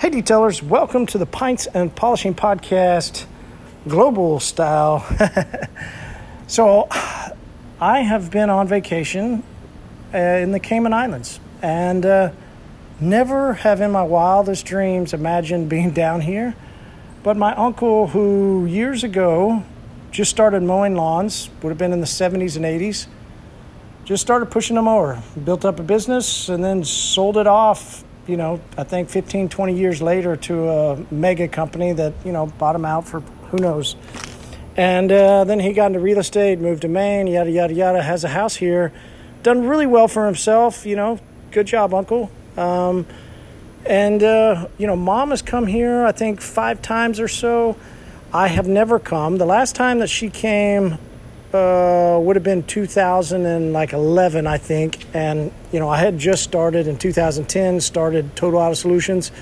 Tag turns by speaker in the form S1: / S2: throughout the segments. S1: Good detailers, welcome to the Pints and Polishing Podcast, global style. so, I have been on vacation uh, in the Cayman Islands and uh, never have in my wildest dreams imagined being down here. But my uncle, who years ago just started mowing lawns, would have been in the 70s and 80s, just started pushing them over, built up a business, and then sold it off you know, I think 15, 20 years later to a mega company that, you know, bought him out for who knows. And uh, then he got into real estate, moved to Maine, yada, yada, yada, has a house here, done really well for himself, you know, good job, uncle. Um, and, uh, you know, mom has come here, I think, five times or so. I have never come. The last time that she came, uh, would have been 2011, I think. And, you know, I had just started in 2010, started Total Auto Solutions.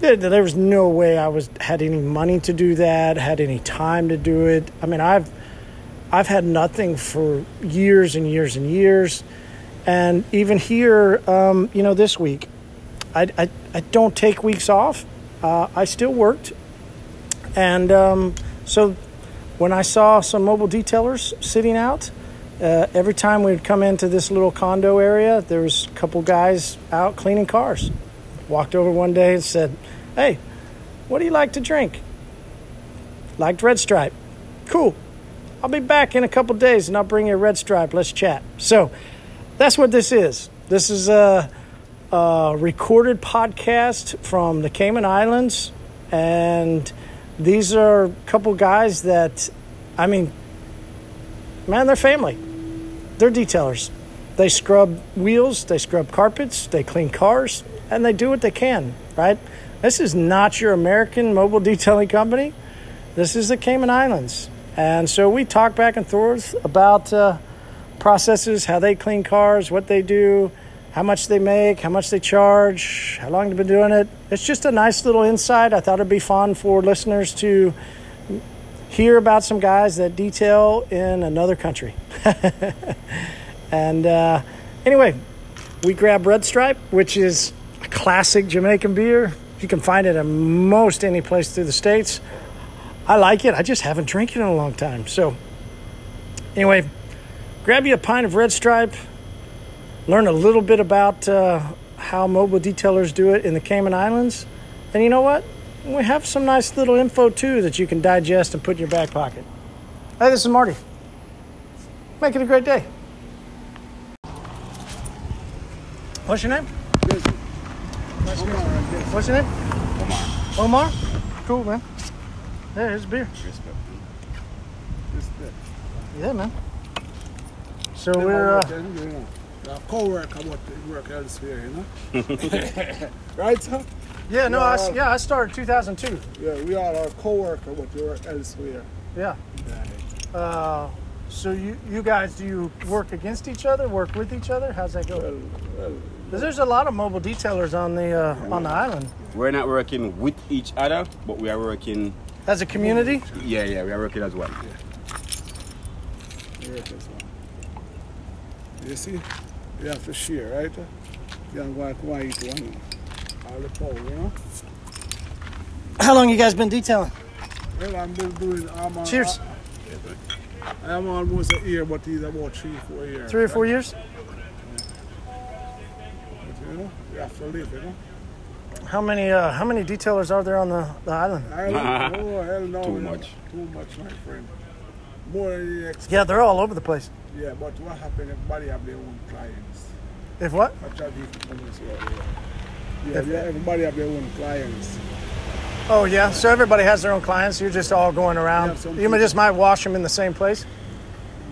S1: There, there was no way I was had any money to do that, had any time to do it. I mean, I've I've had nothing for years and years and years. And even here, um, you know, this week, I, I, I don't take weeks off. Uh, I still worked. And um, so when I saw some mobile detailers sitting out, uh, every time we'd come into this little condo area, there was a couple guys out cleaning cars. Walked over one day and said, "Hey, what do you like to drink?" Liked Red Stripe. Cool. I'll be back in a couple days and I'll bring you a Red Stripe. Let's chat. So that's what this is. This is a, a recorded podcast from the Cayman Islands and these are a couple guys that, I mean, man, they're family. They're detailers. They scrub wheels, they scrub carpets, they clean cars, and they do what they can, right? This is not your American mobile detailing company. This is the Cayman Islands. And so we talk back and forth about uh, processes, how they clean cars, what they do, how much they make, how much they charge, how long they've been doing it. It's just a nice little insight. I thought it'd be fun for listeners to hear about some guys that detail in another country. and uh, anyway, we grab Red Stripe, which is a classic Jamaican beer. You can find it at most any place through the States. I like it. I just haven't drank it in a long time. So, anyway, grab you a pint of Red Stripe learn a little bit about uh, how mobile detailers do it in the Cayman Islands. And you know what? We have some nice little info too that you can digest and put in your back pocket. Hey, this is Marty. Make it a great day. What's your name? Nice to meet you. What's your name? Omar. Omar? Cool, man. Yeah, here's a beer. Yeah, man. So we're. Uh,
S2: uh, co-worker what work elsewhere, you know. right? Sir?
S1: yeah, no, I, s-
S2: Yeah.
S1: yeah, I started 2002.
S2: Yeah, we are our co-worker what work elsewhere.
S1: Yeah.
S2: Right.
S1: Uh, so you you guys do you work against each other, work with each other? How's that go?
S2: Well, well,
S1: 'Cause there's a lot of mobile detailers on the uh, on the island.
S3: We're not working with each other, but we are working.
S1: As a community,
S3: Yeah, yeah, we are working as one.
S2: work as well. You see, you have to share, right? You don't want to eat one. All the power, you know.
S1: how long you guys been detailing?
S2: Well, I'm been doing. I'm on,
S1: Cheers.
S2: I, am almost a year, but he's about three, four years.
S1: Three or four years?
S2: You know, you have to live, you know.
S1: How many uh, how many detailers are there on the, the island?
S2: I don't know. hell no.
S3: Too
S2: no.
S3: much.
S2: Too much, my friend. More than you expect.
S1: Yeah, they're all over the place.
S2: Yeah, but what happened? Everybody have their own clients.
S1: If what?
S2: What have you come this way? Yeah, yeah, everybody have their own clients.
S1: Oh yeah. So everybody has their own clients. You're just all going
S2: Yeah,
S1: around.
S2: some
S1: you might
S2: people-
S1: just might wash them in the same place.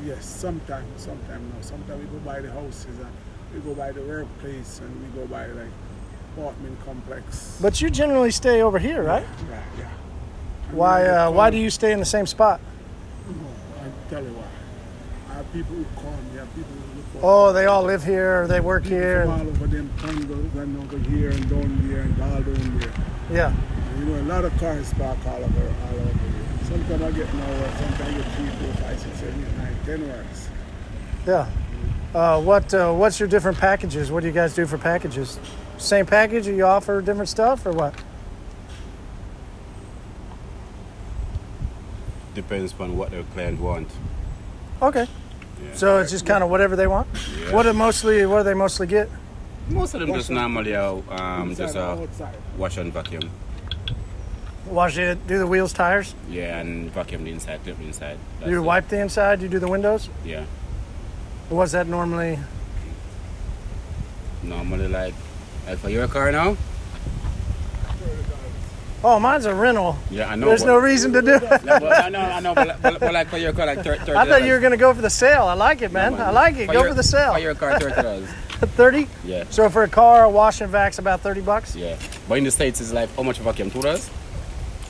S2: Yes, sometimes, sometimes no. Sometimes we go by the houses and we go by the workplace and we go by like apartment complex.
S1: But you generally stay over here, right?
S2: yeah, yeah.
S1: Why uh, why do you stay in the same spot?
S2: I tell you what, I have people who come, yeah, people who look for
S1: Oh, they all live here. They work
S2: people
S1: here.
S2: from
S1: and-
S2: all over them condos and over here and down here and all down there.
S1: yeah.
S2: You know, a lot of cars park all over, all over here. Sometimes I get more work, sometimes I get three, four, five, six, seven, eight, nine, ten works.
S1: Yeah. Uh, what uh, What's your different packages? What do you guys do for packages? Same package? Do you offer different stuff or what?
S3: depends on what the client want.
S1: Okay.
S3: Yeah.
S1: So it's just kind of whatever they want.
S3: Yeah.
S1: What do mostly? What do they mostly get?
S3: Most of them just
S2: Washing.
S3: normally are um,
S2: Inside
S3: just
S2: and
S3: a
S2: outside.
S3: wash and vacuum.
S1: Wash it. Do the wheels, tires.
S3: Yeah, and vacuum the inside, clip the inside. That's
S1: you
S3: it.
S1: wipe the inside. You do the windows.
S3: Yeah.
S1: What's that normally?
S3: Normally like, like for your car now?
S1: Oh, mine's a rental.
S3: Yeah, I know.
S1: There's
S3: but-
S1: no reason to do. it.
S3: No, but- I know, I know, but, but, but like for your car, like thir- thirty.
S1: I thought you were gonna go for the sale. I like it, man.
S3: dollars.
S1: I like it. Go
S3: your-
S1: for the sale.
S3: For your car, thirty dollars.
S1: Thirty.
S3: Yeah,
S1: So for a car, a wash and vac's about thirty bucks.
S3: yeah. But in the states, it's like how much vacuum? Two dollars?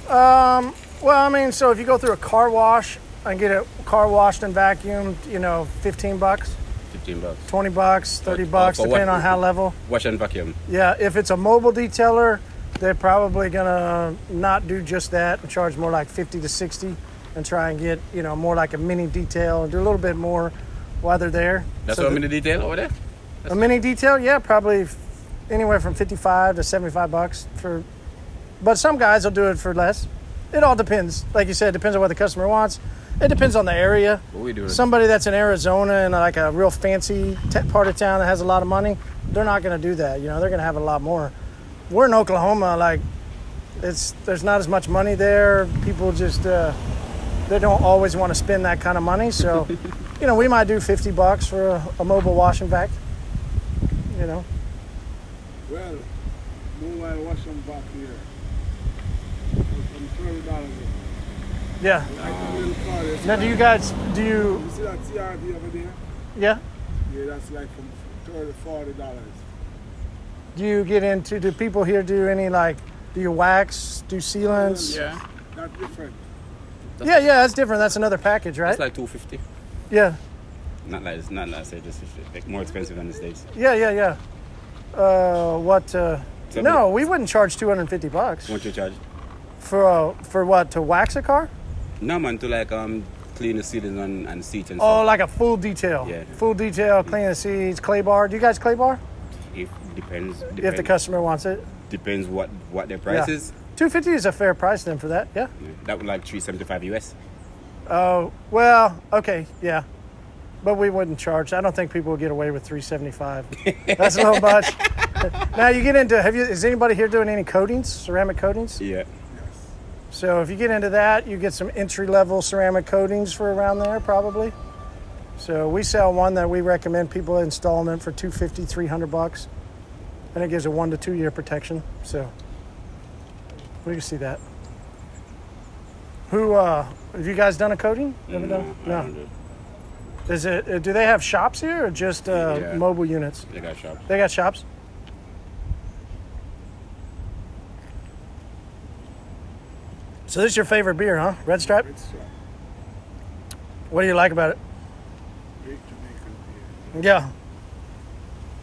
S1: Well, I mean, so if you go through a car wash and get it car washed and vacuumed, you know, fifteen bucks,
S3: Fifteen bucks.
S1: twenty bucks, thirty
S3: Uh, uh,
S1: bucks,
S3: for what-
S1: depending on how level.
S3: Wash and vacuum.
S1: Yeah, if it's a mobile detailer, they're probably gonna not do just that and charge more like 50 to 60 and try and get, you know, more like a mini detail and do a little bit more while they're there.
S3: That's
S1: So
S3: how
S1: the-
S3: many detail over there.
S1: A mini detail, yeah, probably f- anywhere from 55 to 75 bucks for but some guys will do it for less. It all depends. Like you said, it depends on what the customer wants. It depends on the area.
S3: What we do is-
S1: Somebody that's in Arizona and like a real fancy te- part of town that has a lot of money, they're not going to do that. You know, they're going to have a lot more. We're in Oklahoma, like it's there's not as much money there. People just uh, they don't always want to spend that kind of money. So, you know, we might do 50 bucks for a, a mobile wash and vac. You know,
S2: Well, meanwhile, wash them back here. I'm thirty dollars.
S1: yeah.
S2: Like
S3: Ah.
S2: a little car. it's
S1: Now, do you guys do
S2: like-
S1: you?
S2: You see that CRV over there?
S1: Yeah.
S2: Yeah, that's like from thirty, forty dollars.
S1: Do you get into? Do people here do any like? Do you wax? Do sealants?
S3: Yeah.
S2: Not different.
S1: yeah, yeah, That's different. That's another package, right?
S3: It's like two fifty.
S1: yeah,
S3: Not like it's not like say just 50. like more expensive than the states.
S1: yeah, yeah, yeah. Uh, what? Uh,
S3: So
S1: no, we wouldn't charge 250 bucks
S3: What you charge?
S1: for uh, for what to wax a car?
S3: No man, to like um clean the ceilings and, and seat and
S1: Oh,
S3: stuff.
S1: like a full detail.
S3: Yeah. Mm.
S1: Full detail, clean the seats, clay bar. Do you guys clay bar?
S3: It depends. depends
S1: If the customer wants it.
S3: depends what what their price
S1: Yeah.
S3: is.
S1: 250 is a fair price then for that. Yeah.
S3: Yeah, That would like three seventy five US.
S1: Oh, well, okay, yeah. But we wouldn't charge. I don't think people would get away with 375. That's a little much. now you get into have you is anybody here doing any coatings, ceramic coatings?
S3: Yeah.
S2: Yes.
S1: So if you get into that, you get some entry level ceramic coatings for around there probably. So we sell one that we recommend people installing for 250, 300 bucks. And it gives a 1 to 2 year protection. So we can see that. Who uh have you guys done a coating? Ever done?
S3: I don't do-
S1: Is it? uh, Do they have shops here or just uh,
S3: Yeah.
S1: mobile units?
S3: They got shops.
S1: They got shops. So this is your favorite beer, huh? Red Stripe.
S2: It's uh,
S1: What do you like about it?
S2: great Jamaican beer.
S1: Yeah.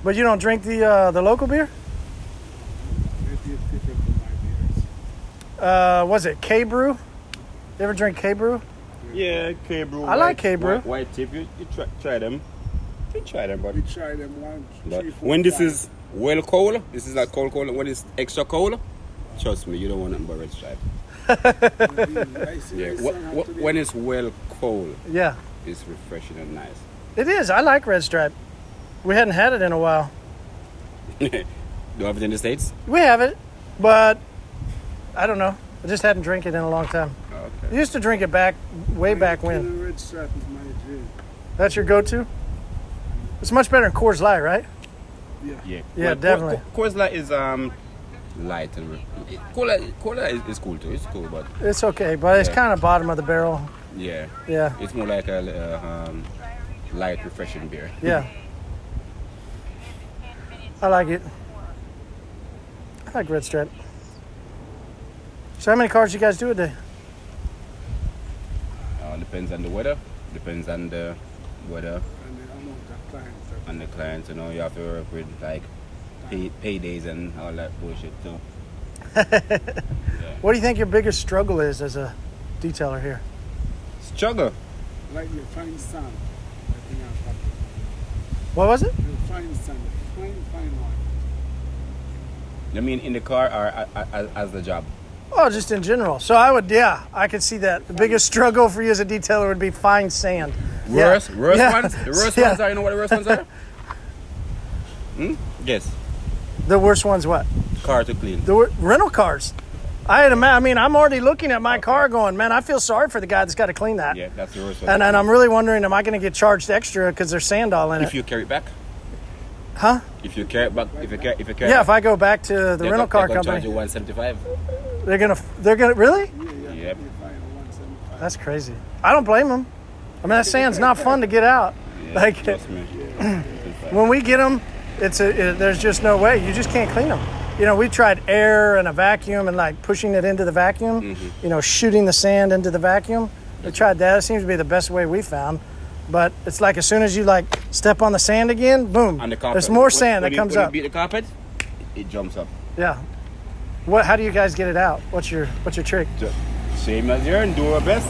S1: But you don't drink the uh, the local beer.
S2: Maybe it's different from my beers.
S1: Uh, was it K Brew? You ever drink K Brew?
S3: Yeah, K Brew.
S1: I like K Brew.
S3: White, white tip, you, you try, try them. You try them,
S2: We
S3: buddy.
S2: tried them one,
S3: But
S2: three, four
S3: when this
S2: times.
S3: is well cold, this is like cold cold. When it's extra cold, trust me, you don't want nothing but red stripe. Yeah.
S2: yeah.
S3: What, what, when it's well cold,
S1: Yeah,
S3: it's refreshing and nice.
S1: it is. I like Red Stripe. We hadn't had it in a while.
S3: Do you have it in the states?
S1: We have it, but I don't know. I just hadn't drank it in a long time. I
S3: Okay.
S1: used to drink it back way back when.
S2: Red Stripe is my drink.
S1: That's your go-to. It's much better than Coors Light, right?
S2: Yeah.
S3: Yeah.
S1: Yeah,
S3: Co-
S1: definitely.
S3: Co- Coors Light is um light and re- cola cola is, is cool too. It's cool, but
S1: It's okay, but it's
S3: Yeah.
S1: kind of bottom of the barrel.
S3: yeah,
S1: Yeah,
S3: it's more like a uh, um, light refreshing beer.
S1: yeah. I like it. I like Red Stripe. So, how many cars you guys do a day?
S3: Uh, depends on the weather. Depends on the weather.
S2: And the amount of clients that
S3: and the clients, you know, you have to work with like pay, paydays and all that bullshit too.
S1: What do you think your biggest struggle is as a detailer here?
S3: Struggle.
S2: like the fine sand. I think I've got it.
S1: What was it?
S2: The fine sand, fine, fine one.
S3: You mean in the car or a- a- a- as the job?
S1: Oh, just in general. So I would, yeah, I could see that. The biggest struggle for you as a detailer would be fine sand. Yeah.
S3: Worst, worst
S1: Yeah.
S3: ones. The worst
S1: Yeah.
S3: ones are. You know what the worst ones are? hmm? Yes.
S1: The worst one's what?
S3: Car to clean.
S1: The wor- rental cars. I had a ma- I mean, I'm already looking at my car going, man, I feel sorry for the guy that's got to clean that.
S3: Yeah, that's the worst one.
S1: And, and I'm really wondering, am I going to get charged extra because there's sand all in it?
S3: if you carry it back.
S1: Huh?
S3: If you carry it back, if you carry, if you carry.
S1: yeah,
S3: it
S1: if I go back to the
S3: they're
S1: rental
S3: gonna-
S1: car
S3: they're gonna Charge
S1: company,
S3: you 175.
S1: they're gonna, they're gonna, really?
S2: Yeah, yeah.
S3: Yep.
S2: You find a 175.
S1: That's crazy. I don't blame them. I mean, that sand's not fun to get out.
S3: Yeah,
S1: Like-
S3: trust me. It's like-
S1: When we get them, it's a, it, there's just no way. You just can't clean them. You know, we tried air and a vacuum and like pushing it into the vacuum.
S3: Mm-hmm.
S1: You know, shooting the sand into the vacuum. We tried that. It seems to be the best way we found. But it's like as soon as you like step on the sand again, boom,
S3: on the carpet.
S1: there's more
S3: When-
S1: sand
S3: when
S1: that
S3: you-
S1: comes
S3: when
S1: up.
S3: You beat the carpet, it jumps up.
S1: Yeah. What? How do you guys get it out? What's your What's your trick?
S3: Ju- Same as yours, do our best.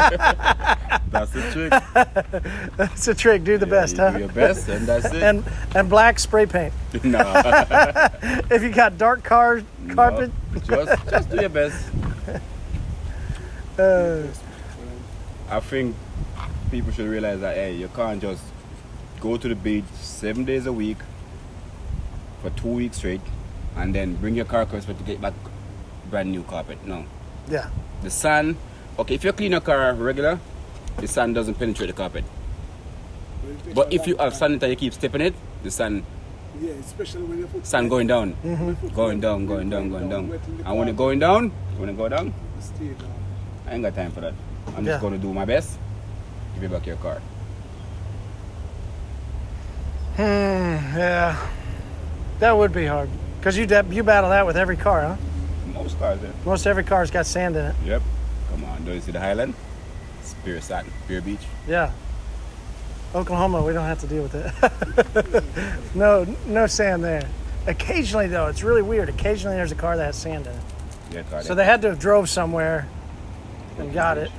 S3: that's the trick.
S1: It's a trick. Do the best,
S3: you
S1: huh?
S3: Do your best, and that's it.
S1: And and black spray paint.
S3: nah,
S1: If you got dark car carpet,
S3: no, just, just do your best.
S1: uh,
S3: I think people should realize that hey, you can't just go to the beach seven days a week for two weeks straight, and then bring your car crisp to get back brand new carpet. No,
S1: yeah,
S3: the sun. Okay, if you clean your car regular, the sun doesn't penetrate the carpet.
S2: But it takes
S3: But
S2: a
S3: if you
S2: long
S3: have
S2: time.
S3: sanitizer, you keep stepping it, the sun
S2: Yeah, especially when you put
S3: sun going down,
S2: Mhm.
S3: going down, going down, going down.
S2: Wet in the
S3: And when
S2: car.
S3: it going down, when it go down,
S2: Stay down.
S3: I ain't got time for that. I'm
S1: Yeah.
S3: just gonna do my best. Give you back your car.
S1: Hmm, yeah, that would be hard because you da- you battle that with every car, huh?
S3: Most cars there.
S1: Most every car's got sand in it.
S3: Yep. Come on, don't you see the Highland? It's pure sand, pure beach.
S1: Yeah, Oklahoma, we don't have to deal with it. no, no sand there. Occasionally though, it's really weird. Occasionally there's a car that has sand in it.
S3: Yeah, car
S1: So they
S3: there.
S1: had to have drove somewhere and got it.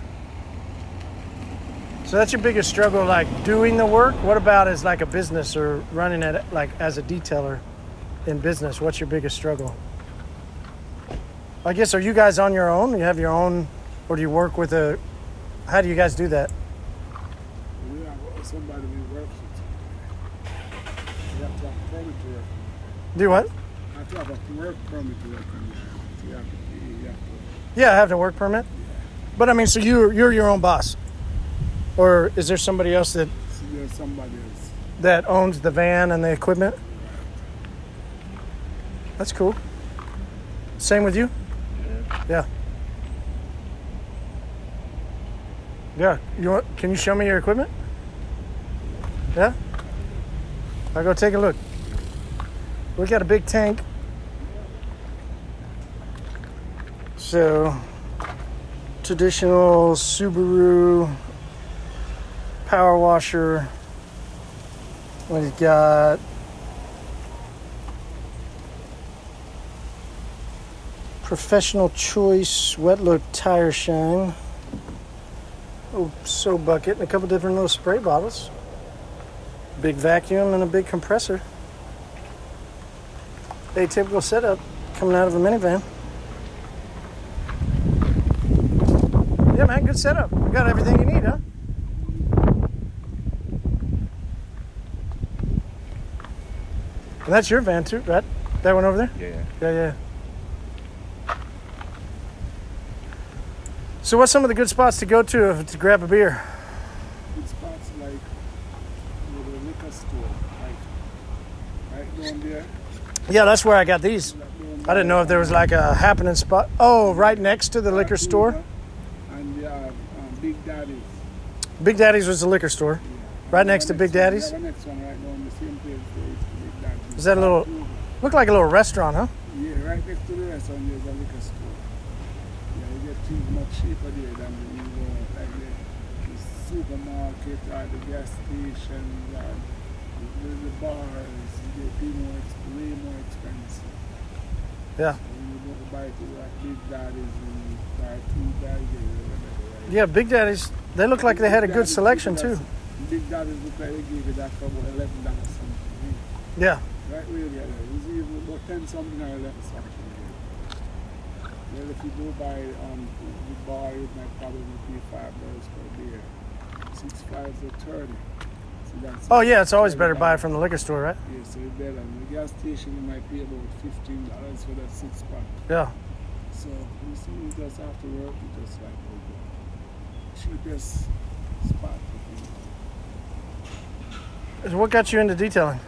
S1: So that's your biggest struggle, like doing the work. What about as like a business or running it like as a detailer in business? What's your biggest struggle? I guess are you guys on your own? You have your own, or do you work with a? How do you guys do that?
S2: We have somebody we work with. You have to have a permit to work.
S1: Do what?
S2: You have to have a work permit to work on the island. You have to, you have to.
S1: Yeah, I have the work permit. But I mean, so you're you're your own boss, or is there somebody else that
S2: So you're somebody else.
S1: that owns the van and the equipment. That's cool. Same with you? Yeah. Yeah. You want, can you show me your equipment? Yeah? I'll go take a look. We got a big tank. So, traditional Subaru power washer. We've got professional choice wet look tire shine. Oh, so bucket and a couple different little spray bottles. Big vacuum and a big compressor. Atypical setup coming out of a minivan. Yeah, man, good setup. We got everything you need, huh? And that's your van too, right? That one over there?
S3: Yeah, yeah.
S1: Yeah, yeah. So, what's some of the good spots to go to if- to grab a beer?
S2: Good spots like you know, the liquor store, like right down there.
S1: Yeah, that's where I got these. I didn't know if there was like a happening spot. Oh, right next to the liquor store.
S2: And they have um, Big Daddy's.
S1: Big Daddy's was the liquor store. Right
S2: And
S1: next to
S2: the
S1: Big
S2: one-
S1: Daddy's?
S2: Yeah, the next one right down the same place. there is Big Daddy's.
S1: Is that a little- Looked like a little restaurant, huh?
S2: Yeah, right next to the restaurant there's a liquor store. Yeah, you get things much cheaper there than when you go like the, the supermarket or the gas station or the, the bars. You get pay more, ex- way more expensive.
S1: Yeah.
S2: When you go to buy two like Big Daddies and you buy two burgers or whatever. Right?
S1: Yeah, Big Daddy's. They looked like they had a
S2: Big
S1: good
S2: Daddy's
S1: selection
S2: give you
S1: too.
S2: that- Big Daddies look like they gave you that for about eleven dollars something.
S1: Yeah.
S2: Right where we are, it was even about ten something or eleven something. Well, if you go by um, the bar, it might probably be five dollars per beer. Six fives are thirty. So that's
S1: Oh, yeah, it's always better to buy it
S2: $30.
S1: from the liquor store, right?
S2: Yeah, so it's better. In the gas station, you might pay about fifteen dollars for that six pack.
S1: Yeah.
S2: So you see, you just after work, you just like go to the cheapest spot. You can
S1: So What got you into detailing?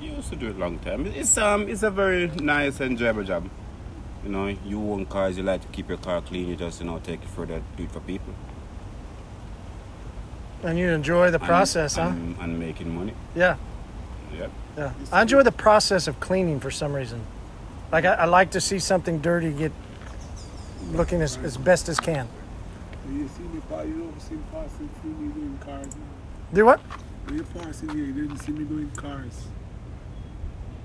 S3: You used to do it long time. It's um, it's a very nice, enjoyable job. You know, you own cars, you like to keep your car clean. You just you know take it further, do it for people.
S1: And you enjoy the
S3: And-
S1: process, huh?
S3: And, and making money.
S1: Yeah,
S3: Yep.
S1: yeah. I enjoy the process of cleaning for some reason. Like I, I like to see something dirty get looking as, as best as can.
S2: When you see me pa- you don't see me passing through me doing cars. now.
S1: Do what?
S2: When you passing here, you didn't see me doing cars.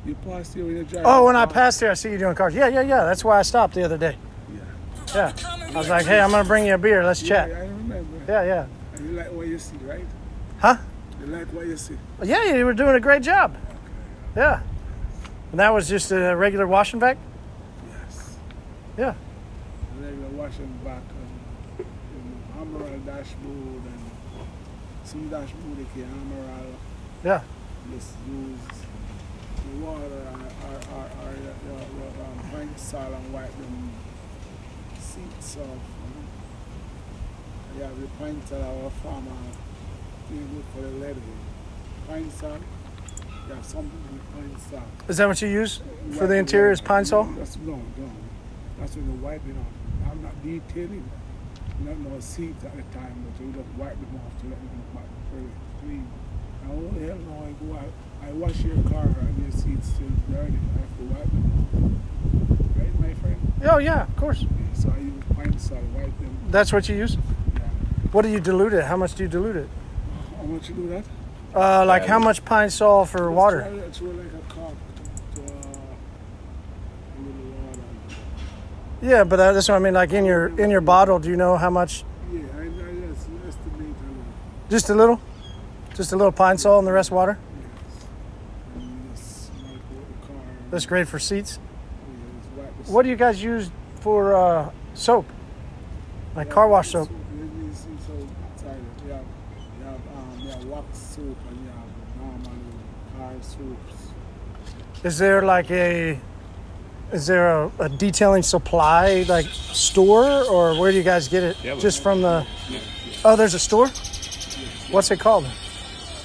S2: You pass here when you drive.
S1: Oh, when I passed here, I see you doing cars. Yeah, yeah, yeah. That's why I stopped the other day.
S2: Yeah.
S1: Yeah. I was like, hey, I'm gonna bring you a beer. Let's
S2: Yeah,
S1: chat.
S2: I remember.
S1: Yeah, yeah.
S2: And you like what you see, right?
S1: Huh?
S2: You like what you see.
S1: Yeah, you were doing a great job. Yeah. And that was just a regular wash and vac.
S2: Yes.
S1: Yeah.
S2: And then you're washing back and um, emerald dashboard and some dashboard that can emerald.
S1: Yeah.
S2: Let's use the water and or, or, or your, your, your um, bank salt and wipe them seats off. You know? You have the pine salt our farmer thing good for the lady. Pine salt, you have something with pine salt.
S1: Is that what you use for
S2: Wipe
S1: the
S2: it
S1: interior? Is
S2: off.
S1: pine saw?
S2: That's no, no. That's when you wipe it off. I'm not detailing. Not no seats at the time, but you just wipe them off to let them back very clean. And oh hell no, I go out, I wash your car and your seats still dirty. I have to wipe them off. Right, my friend?
S1: Oh yeah, of course.
S2: Yeah, so I use pine salt, wipe them.
S1: That's what you use.
S2: Yeah.
S1: What do you dilute it? How much do you dilute it?
S2: How much you do that?
S1: Uh, like
S3: Yeah,
S1: how
S3: we-
S1: much pine saw for water?
S2: It's really like a cup to, to uh, a little water.
S1: Yeah, but that- that's what I mean. Like in your in your bottle, do you know how much?
S2: Yeah, I, I just estimate a little.
S1: Just a little, just a little pine saw and the rest water. That's great for seats. What do you guys use for uh, soap? Like car wash soap.
S2: You have, you have, um, you have wax soap and you have normal car soaps.
S1: Is there like a is there a, a detailing supply like store or where do you guys get it?
S3: Yeah, we-
S1: Just from the oh, there's a store. What's it called?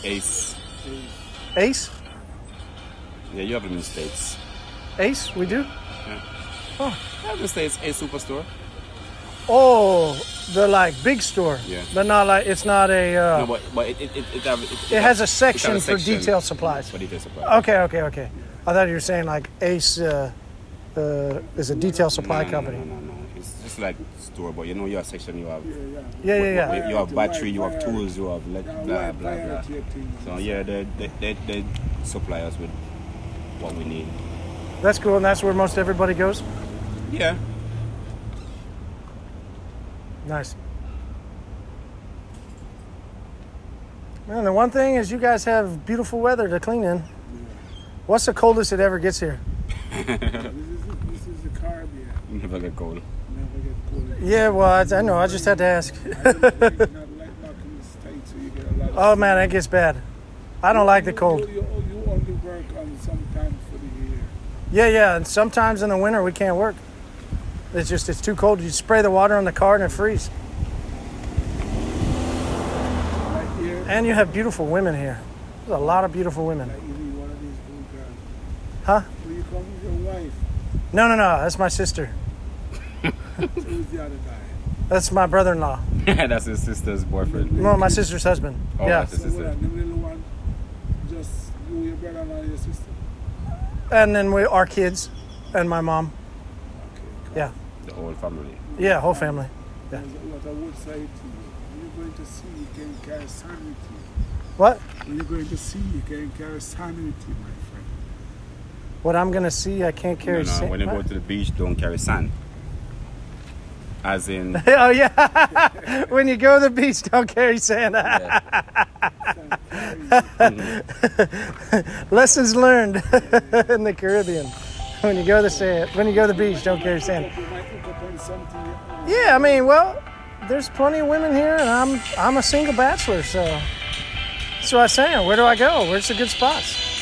S3: Ace.
S1: Ace.
S3: Yeah, you have them in the states.
S1: Ace. We do.
S3: You have them in the states. Ace Superstore.
S1: Oh, the like big store.
S3: Yeah.
S1: But not like it's not a. Uh,
S3: No, but, but it, it, it, it, have- it,
S1: it has a
S3: it
S1: section
S3: have
S1: for detail supplies.
S3: For detail supplies.
S1: Okay, okay, okay. I thought you were saying like Ace uh, uh, is a detail supply
S3: No, no,
S1: company.
S3: No, no, no, no. It's just like store, but you know your section. You have
S2: Yeah, yeah.
S1: Yeah, yeah, yeah.
S3: you, you have
S2: Wire,
S3: battery, you have
S2: wire.
S3: tools, you have like
S2: Yeah,
S3: blah
S2: wire,
S3: blah
S2: wire
S3: blah.
S2: to your thing.
S3: So yeah, they they, they they supply us with what we need.
S1: That's cool, and that's where most everybody goes.
S3: Yeah.
S1: Nice. Man, the one thing is you guys have beautiful weather to clean in. What's the coldest it ever gets here?
S2: This is, this is the Caribbean.
S3: Never get cold.
S2: Never get cold.
S1: Yeah, well, I, I know. I just had to ask.
S2: I don't like- not like back in the States where you get a lot of
S1: Oh man, that gets bad. I don't like the cold.
S2: You, you, you only work on sometime for the year.
S1: Yeah, yeah. And sometimes in the winter we can't work. It's just it's too cold. You spray the water on the car and it freezes.
S2: Like here,
S1: And you have beautiful women here. There's a lot of beautiful women.
S2: like you need one of these blue girls.
S1: Huh?
S2: When you come with your wife,
S1: No, no, no. That's my sister.
S2: who's the other guy?
S1: That's my brother-in-law.
S3: That's his sister's boyfriend.
S1: No, my sister's husband.
S3: Oh,
S1: yeah.
S3: that's his
S2: So what,
S3: sister.
S2: the little one, just you, your brother, and your sister.
S1: And then we our kids, and my mom.
S2: Okay.
S1: Yeah.
S3: The whole family.
S1: Yeah, whole family. Yeah.
S2: What I would say to you, when you're going to see, you can carry sanity.
S1: What?
S2: When you're going to see, you can carry sanity, my friend.
S1: What I'm gonna see, I can't carry.
S3: no, no.
S1: sand-
S3: When you go to the beach, don't carry sand. As in.
S1: oh yeah. when you go to the beach, don't carry sand.
S3: Yeah.
S2: Carry
S1: Lessons learned in the Caribbean. when you go to the sand, when you go to the beach, don't carry sand.
S2: You might hook up on something. uh,
S1: Yeah, I mean, well, there's plenty of women here, and I'm I'm a single bachelor, so that's what I'm saying. Where do I go? Where's the good spots?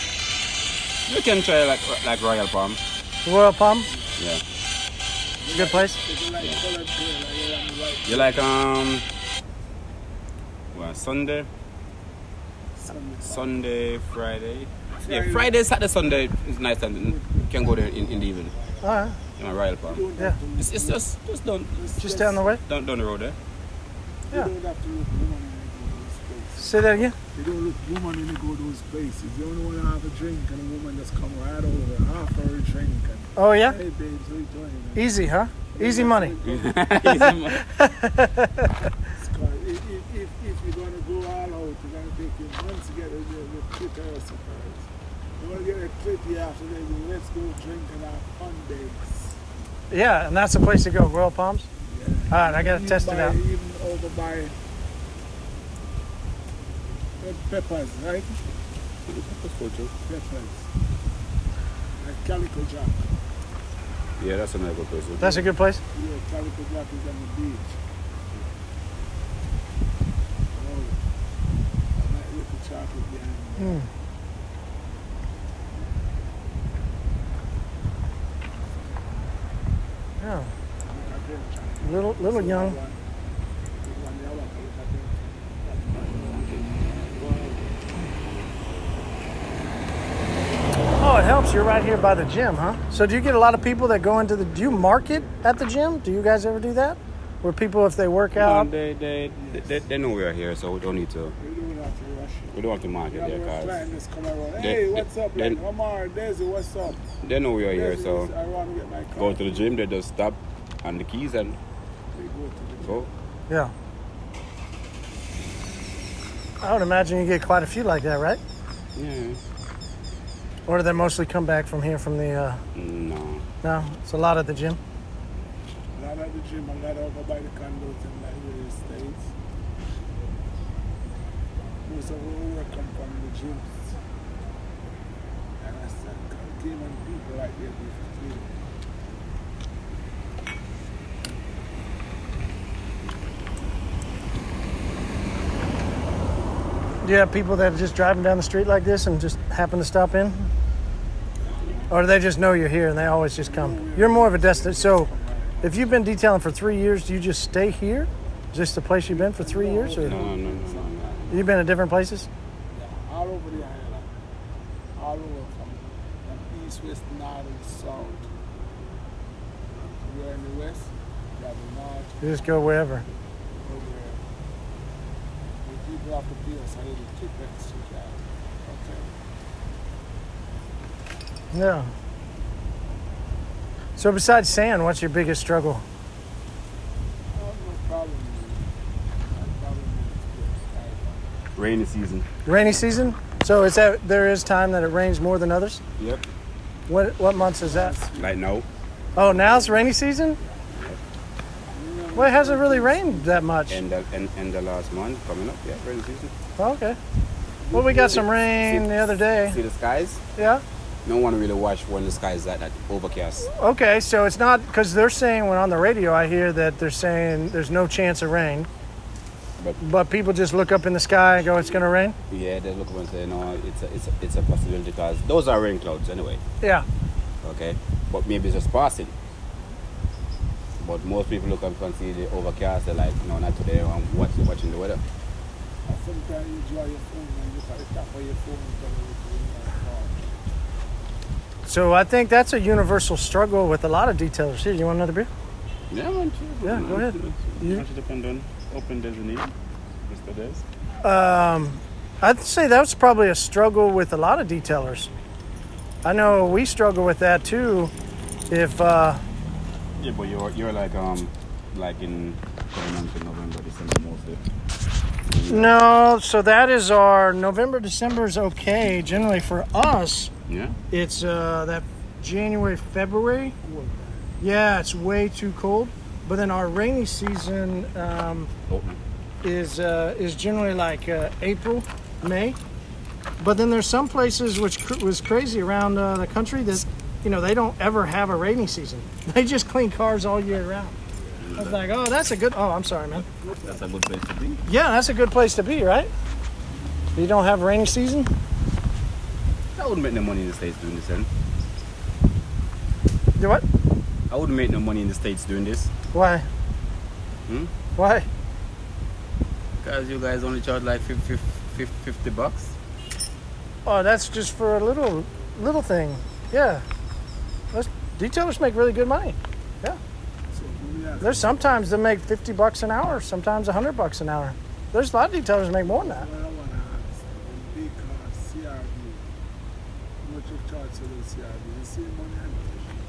S3: You can try like like Royal Palm.
S1: Royal Palm,
S3: Yeah.
S1: it's a good place.
S2: They like colored girl, like, yeah, I'm white
S3: You like um well Sunday,
S2: something.
S3: Sunday, Friday. Yeah, Friday, Saturday, Sunday is nice and you can go there in, in the evening.
S1: All right,
S3: You know, Royal Palm.
S2: Don't
S1: Yeah.
S2: have to look-
S3: It's, it's just just down
S1: just down the way.
S3: down, down the road there.
S2: You
S1: Yeah.
S2: don't have to look human when you go to those places.
S1: Say that again.
S2: You don't look human when you go to those places. You only want to have a drink, and a woman just come right over, half her drink, and
S1: Oh yeah,
S2: hey, babes, what you doing? And
S1: easy, huh? Easy money.
S2: it's called- If, if, if, if you're going to go all out, you're going to take your months to get a little clip or a surprise. You want to get a clip here after that, you let's go drink and have fun dates.
S1: Yeah, and that's the place to go. Royal Palms. All right, I gotta
S2: Even
S1: test it
S2: by-
S1: out.
S2: Even over by uh, peppers, right? Peppers. Like Calico Jack.
S3: yeah, that's another good place.
S1: That's a good place.
S2: Yeah, Calico Jack is on the beach. Oh, I might look at chocolate behind
S1: Hmm.
S2: me.
S1: Yeah, little little young. Oh, it helps. You're right here by the gym, huh? So do you get a lot of people that go into the? Do you market at the gym? Do you guys ever do that? Where people, if they work out,
S3: Um, they, they, they, they know we are here, so we don't need to. We don't have to market their cars.
S2: Hey,
S3: They-
S2: what's up,
S3: they-
S2: man? Omar, Daisy, what's up?
S3: They know we are here,
S2: Daisy,
S3: so
S2: I want to get my car.
S3: go to the gym. They just stop on the keys and
S2: They go to the-
S3: go.
S1: yeah. I would imagine you get quite a few like that, right?
S3: Yeah.
S1: Or do they mostly come back from here from the? Uh,
S3: No.
S1: no, it's a lot at the gym.
S2: A lot at the gym, a lot over by the condos and like real estates. Most of our work come from the gyms. And I said, God, came and people like that with me.
S1: Do you have people that are just driving down the street like this and just happen to stop in? Or do they just know you're here and they always just come? You're more of a destination. So if you've been detailing for three years, do you just stay here? Is this the place you've been for three years? Or
S3: No, no, no, no, no.
S1: you've been at different places?
S2: All over the island. All over from, from east, west, north, and south. We're in the west, we have the north,
S1: You just go wherever.
S2: over there. The people off the field, so I need to kick that shit out. Okay.
S1: Yeah. So besides sand, what's your biggest struggle?
S2: No problem. No problem.
S3: Rainy season.
S1: Rainy season? So is that there is time that it rains more than others?
S3: Yep.
S1: What what months is that?
S3: Like now.
S1: Oh, now it's rainy season? Well, it hasn't really rained that much.
S3: End the end, end the last month coming up. Yeah, rainy season.
S1: Okay. Well, we got some rain the other day.
S3: See the skies.
S1: Yeah.
S3: No one really watch when the skies that that overcast.
S1: Okay, so it's not because they're saying when on the radio I hear that they're saying there's no chance of rain,
S3: But
S1: but people just look up in the sky and go, it's going to rain.
S3: yeah, they look up and say no, it's a, it's a, it's a possibility because those are rain clouds anyway.
S1: Yeah.
S3: Okay, but maybe it's just passing. But most people look up and see the overcast. They're like, no, not today. I'm watching watching the weather.
S2: Sometimes you draw your phone and look at the top of your phone and tell you what's
S1: So I think that's a universal struggle with a lot of detailers here. You want another beer?
S3: Yeah, man, sure.
S1: Yeah, go ahead. You-
S3: Much depend on open designee, Mr. Des.
S1: I'd say that was probably a struggle with a lot of detailers. I know we struggle with that too. If uh,
S3: Yeah, but you're you're like um like in coming on to November, December mostly.
S1: no, so that is our November, December is okay generally for us.
S3: Yeah.
S1: It's uh, that January, February.
S2: going on.
S1: Yeah, it's way too cold. But then our rainy season um,
S3: Open.
S1: is uh, is generally like uh, April, May. But then there's some places which cr- was crazy around uh, the country that you know, they don't ever have a rainy season. They just clean cars all year round. I was like, oh, that's a good. Oh, I'm sorry, man.
S3: That's a good place to be.
S1: Yeah, that's a good place to be, right? You don't have rainy season.
S3: I wouldn't make no money in the States doing this, then.
S1: You what?
S3: I wouldn't make no money in the States doing this.
S1: Why?
S3: Hmm?
S1: Why?
S3: Because you guys only charge like 50, 50, 50 bucks.
S1: Oh, that's just for a little, little thing. Yeah. Let's, detailers make really good money.
S2: So let me ask
S1: There's sometimes they make 50 bucks an hour, sometimes 100 bucks an hour. There's a lot of detailers that make more than that.
S2: Well, I want to ask in big car, CRV, how much you charge for the CRV? The same money?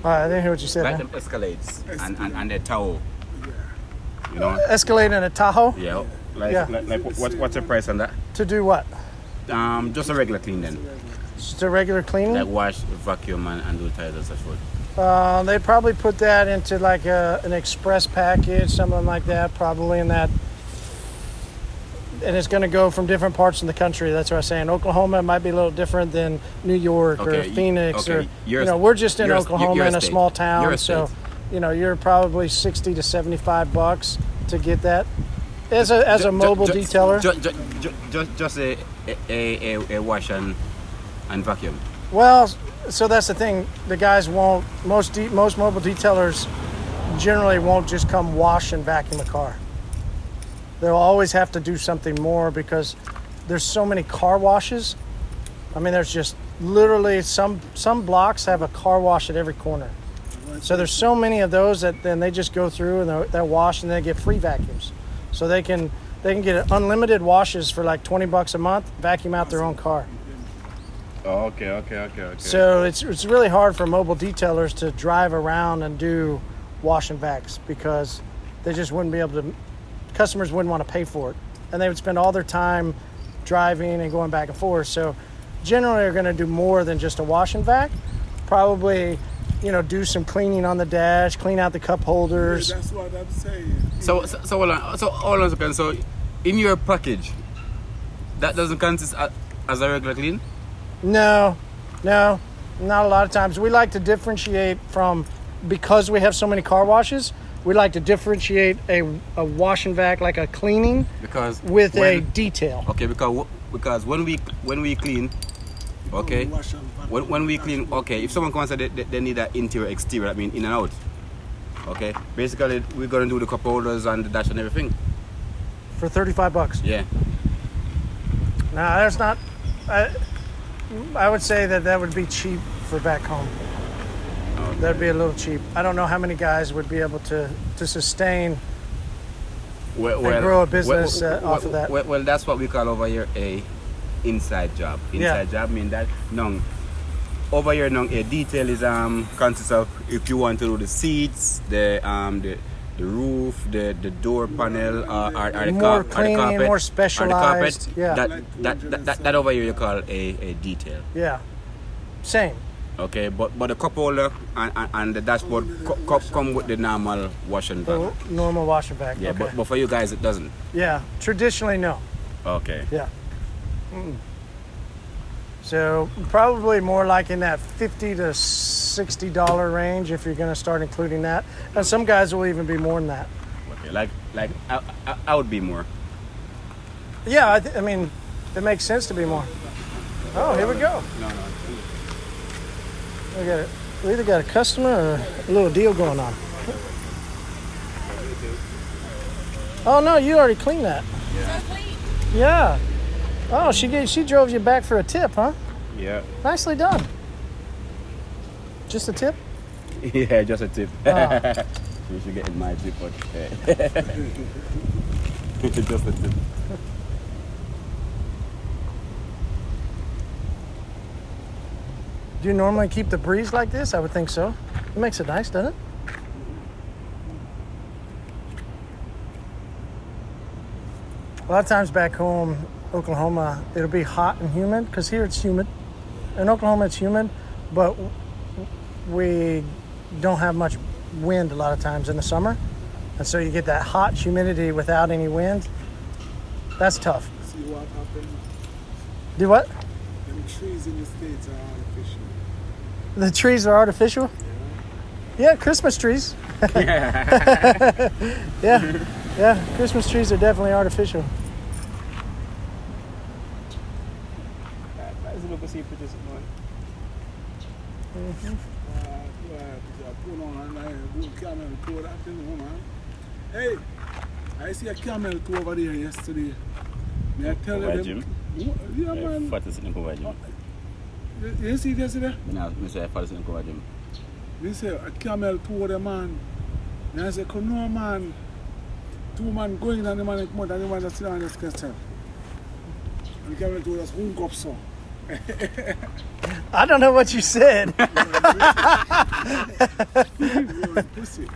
S1: All right, I didn't hear what you said.
S3: Like
S1: man.
S3: them Escalades and, and, and their towel,
S2: Yeah.
S3: you know?
S1: Escalate in a Tahoe
S3: Yeah. Like,
S1: Yeah.
S3: like, like what, what's the price on that?
S1: to do what?
S3: Um, just a regular clean then.
S1: Mm-hmm. Just a regular
S3: Like
S1: cleaning?
S3: wash, vacuum, and, and do tires and such forth.
S1: Uh, they'd probably put that into like a, an express package, something like that, probably in that. And it's going to go from different parts of the country. That's what I'm saying. Oklahoma might be a little different than New York
S3: Okay,
S1: or
S3: you-
S1: Phoenix
S3: okay,
S1: or
S3: you're-
S1: you know. We're just in
S3: you're a-
S1: Oklahoma
S3: you're a
S1: in a
S3: state.
S1: small town,
S3: You're a
S1: so
S3: state.
S1: you know you're probably sixty to seventy-five bucks to get that as a as a mobile detailer.
S3: Just, just, just, a, a, a, a wash and, and vacuum.
S1: Well, so that's the thing. The guys won't. Most de- most mobile detailers generally won't just come wash and vacuum a car. They'll always have to do something more because there's so many car washes. I mean, there's just literally some some blocks have a car wash at every corner. So there's so many of those that then they just go through and they're, they're washed and they get free vacuums. So they can they can get unlimited washes for like 20 bucks a month, vacuum out their own car.
S3: Oh, okay, okay, okay, okay.
S1: So it's it's really hard for mobile detailers to drive around and do wash and vacs because they just wouldn't be able to. Customers wouldn't want to pay for it, and they would spend all their time driving and going back and forth. So generally, are going to do more than just a wash and vac. Probably, you know, do some cleaning on the dash, clean out the cup
S2: Yeah,
S1: holders.
S2: that's what I'm saying.
S3: So, so, so hold on. So, hold on a second. So, in your package, that doesn't consist a- as a regular clean?
S1: No, no, not a lot of times. We like to differentiate from because we have so many car washes. We like to differentiate a, a wash and vac, like a cleaning,
S3: Because
S1: with a
S3: when, Oh.
S1: detail.
S3: okay, because w- because when we when we clean, okay,
S2: Wash and vacuum.
S3: when, when we clean, okay, if someone comes and they, they, they need that interior exterior, I mean in and out, okay. Basically, we're gonna do the cup holders and the dash and everything.
S1: For thirty-five bucks.
S3: Yeah.
S1: No, that's not. I, I would say that that would be cheap for back home. That'd be a little cheap. I don't know how many guys would be able to to sustain.
S3: Well,
S1: grow a business, uh, off of that.
S3: Well, well, that's what we call over here a inside job.
S1: Yeah.
S3: Inside job mean that no. Over here, no, a detail is um consists of if you want to do the seats, the um the the roof, the the door panel, uh, or, or the
S1: More
S3: carp- or the
S1: clean,
S3: carpet,
S1: more
S3: or the carpet.
S1: specialized, yeah.
S3: That, that, that, that, that over here you call a, a detail.
S1: Yeah. Same.
S3: Okay, but but the cup holder and, and, and the dashboard cu- cup come with the normal wash and
S1: The
S3: back.
S1: normal wash and vac. Oh.
S3: Yeah,
S1: okay.
S3: but, but for you guys it doesn't.
S1: yeah. Traditionally, no.
S3: Okay.
S1: Yeah. Mm-mm. So probably more like in that fifty to sixty dollar range if you're going to start including that, and some guys will even be more than that.
S3: Okay, like like I, I, I would be more.
S1: Yeah, I, th- I mean, it makes sense to be more. Oh, here we go.
S3: No, no.
S1: We got a, we either got a customer or a little deal going on. Oh no, you already cleaned that. Yeah. Oh, she gave, she drove you back for a tip, huh?
S3: Yeah.
S1: Nicely done. Just a tip.
S3: yeah, just a tip.
S1: Ah.
S3: you should get in my tip, but just a tip.
S1: Do you normally keep the breeze like this? I would think so. It makes it nice, doesn't it? A lot of times back home, Oklahoma, it'll be hot and humid because here it's humid. In Oklahoma, it's humid, but w- we don't have much wind a lot of times in the summer. And so you get that hot humidity without any wind. That's tough.
S2: See what happened?
S1: Do what?
S2: Them trees in the States are artificial.
S1: The trees are artificial? Yeah, Christmas trees. yeah, yeah, Christmas trees are definitely artificial.
S4: Mas eu não consigo fazer isso, mano.
S2: camel toe that thing, oh, man. Hey, I see a camel toe over there yesterday. May I tell you?
S3: Over
S2: them-
S3: Jim?
S2: Wh- Yeah, man.
S3: Foto sitting over him.
S2: You- You see it yesterday?
S3: Now, me say foto sitting over him.
S2: They say a camel toward a man. And I say, "Come no man. Two man going and the man come out and the man that's on this question. And the camel toward us, who up so?
S1: I don't know what you said.
S2: Pussy.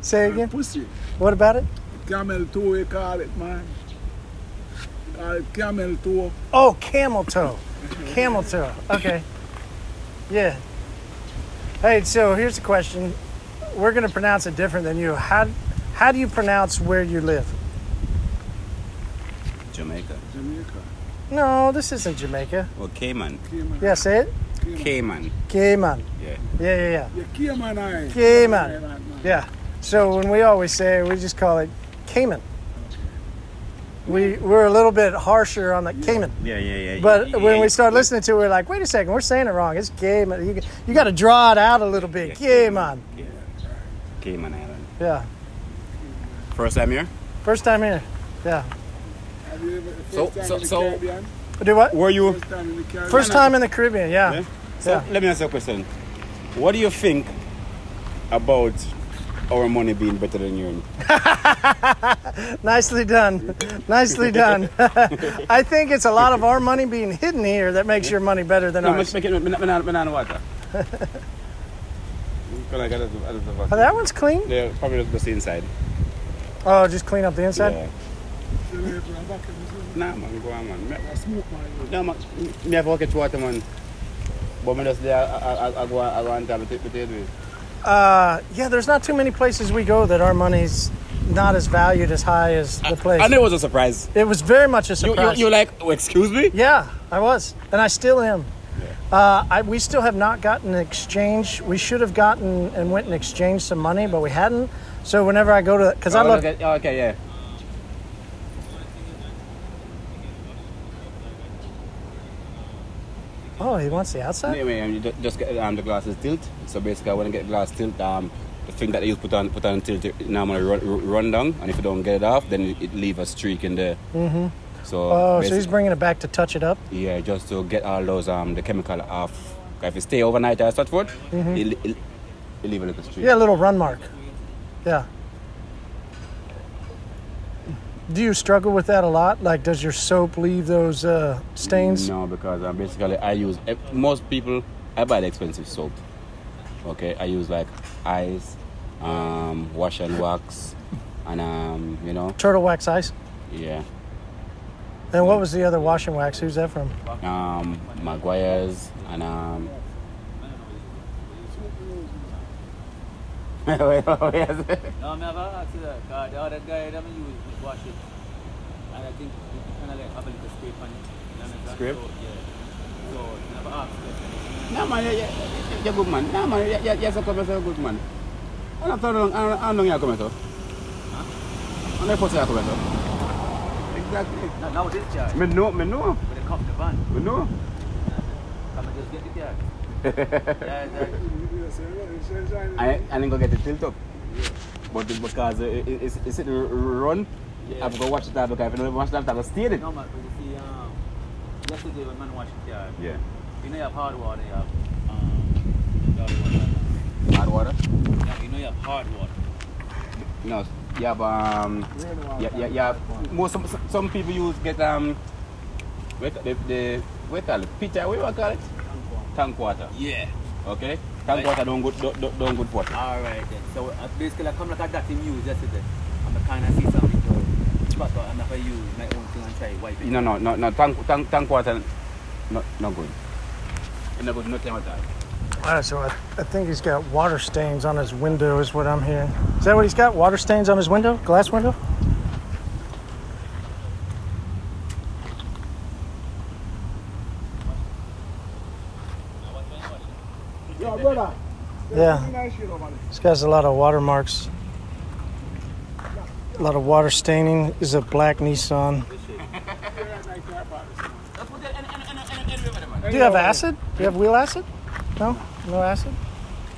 S1: Say again.
S2: Pussy.
S1: What about it?
S2: Camel toe, we call it, man. Call it camel toe.
S1: Oh, camel toe. Camel toe. Okay. Yeah. Hey, so here's the question. We're going to pronounce it different than you. How how do you pronounce where you live?
S3: Jamaica.
S2: Jamaica.
S1: No, this isn't Jamaica.
S3: Or Cayman.
S2: Cayman.
S1: Yeah, say it.
S2: Cayman.
S3: Cayman.
S1: Cayman.
S3: Yeah.
S1: Yeah, yeah, yeah.
S2: Yeah, Cayman I.
S1: Cayman.
S2: man.
S1: Yeah. So when we always say it, we just call it Cayman. We we're a little bit harsher on the Cayman.
S3: Yeah, yeah, yeah.
S1: But
S3: yeah,
S1: when
S3: yeah.
S1: we start listening to it, we're like, wait a second, we're saying it wrong. It's Cayman. You, you got to draw it out a little bit.
S3: Yeah.
S1: Cayman.
S3: Yeah. Cayman Island.
S1: Yeah.
S3: First time here?
S1: First time here. Yeah.
S2: Have you ever, first
S3: So-
S2: time
S3: so-
S2: in the
S3: so-
S2: Caribbean?
S1: Do what?
S3: Were you?
S2: First time in the Caribbean?
S1: First time in the Caribbean. Yeah.
S3: Yeah. So
S1: Ah. Yeah.
S3: let me ask you a question. What do you think about our money being better than yours?
S1: Nicely done. Nicely done. I think it's a lot of our money being hidden here that makes your money better than ours.
S3: make it banana banana water. like out of the, out of the
S1: Oh, that one's clean.
S3: Yeah, probably just the inside.
S1: Oh, just clean up the inside.
S3: Yeah.
S2: Jamaica, I'm back in the zoo.
S3: Nah, man, go on, man. Me,
S2: I smoke my road.
S3: no, man, me have bucket water, man. But me just there, I, I, I, I go, I go on top of it with it.
S1: Uh, yeah, there's not too many places we go that our money's not as valued as high as the place.
S3: And it was a surprise.
S1: it was very much a
S3: You, you,
S1: surprise.
S3: you like, oh, excuse me?
S1: Yeah, I was, and I still am. Uh, I, we still have not gotten an exchange. We should have gotten and went and exchanged some money, but we hadn't. So whenever I go to, because I
S3: Oh,
S1: love,
S3: Okay, oh, okay, yeah.
S1: oh, he wants the outside.
S3: Anyway, um, you ju- just get um, the glasses tilt. So basically, I want to get glass tilt. Um, the thing that you put on put on tilt, it- now I'm gonna run, ru- run down, and if you don't get it off, then it, it leave a streak in there. Mm-hmm. So,
S1: Oh, so he's
S3: basi-
S1: bringing it back to touch it up.
S3: yeah, just to get all those um the chemical off. If you stay overnight at Stratford, it, it, it leave a little streak.
S1: Yeah, a little run mark. Yeah. Do you struggle with that a lot? Like, does your soap leave those uh, stains?
S3: No, because um, basically I use eh, most people. I buy the expensive soap. Okay, I use like ice, um, wash and wax, and um, you know,
S1: Turtle wax ice.
S3: yeah.
S1: And what was the other wash and wax? Who's that from?
S3: um, Maguire's and um. Wait, wait, wait.
S4: No, me have an accident. Uh, the other guy that me use was wash it. And I think it kind of like have a little scrape on it. You know what I mean?
S3: Scrape?
S4: So, yeah. So, me have an accident.
S3: Nah, man, you- you- you're a good man. Nah, man, you- you- you're so come yourself a good man. And after how long, how how long you come yourself? How long you come yourself? Exactly.
S4: Now, now this charge,
S3: Me know, me know,
S4: when it comes to van,
S3: me know.
S4: I'm just get the charge. yeah, yeah.
S2: Yes, yes, yes,
S3: I I didn't go get it tilt up, but it- because uh, it, it's it's it run.
S4: Yeah.
S3: I've got to watch that because if I don't watch that, I'll steal it.
S4: No, man, but you see, um, yesterday when man wash the charge,
S3: Yeah.
S4: you know you have hard water, you have, um, the other one, man.
S3: Hot water.
S4: Yeah, you know you have hard water.
S3: No, you have um,
S2: Rainwater.
S3: yeah, yeah, yeah. Most some, some- some people use get um, what the, the what call it? Pitcher, what you call it? Tank water.
S4: Yeah.
S3: Okay, tank
S4: Right.
S3: water don't good don't, don't- don't good water.
S4: All right then. So uh, basically, I come like I got the news yesterday. I'm kind of see something to but I'm not gonna use my own thing and try wipe it.
S3: No, no, no, no. Tank tank tank water, not not good. It's not good. Nothing like that.
S1: All right, so I, I think he's got water stains on his window, is what I'm hearing. Is that what he's got? Water stains on his window? Glass window?
S2: Yo,
S1: Yeah.
S2: nice shit over there.
S1: This guy's a lot of watermarks. A lot of water staining. This is a black Nissan.
S2: Yeah, I care about it.
S4: That's what they and and and and anyway, wait a minute.
S1: Do you have acid? Do you have wheel acid? No? No acid?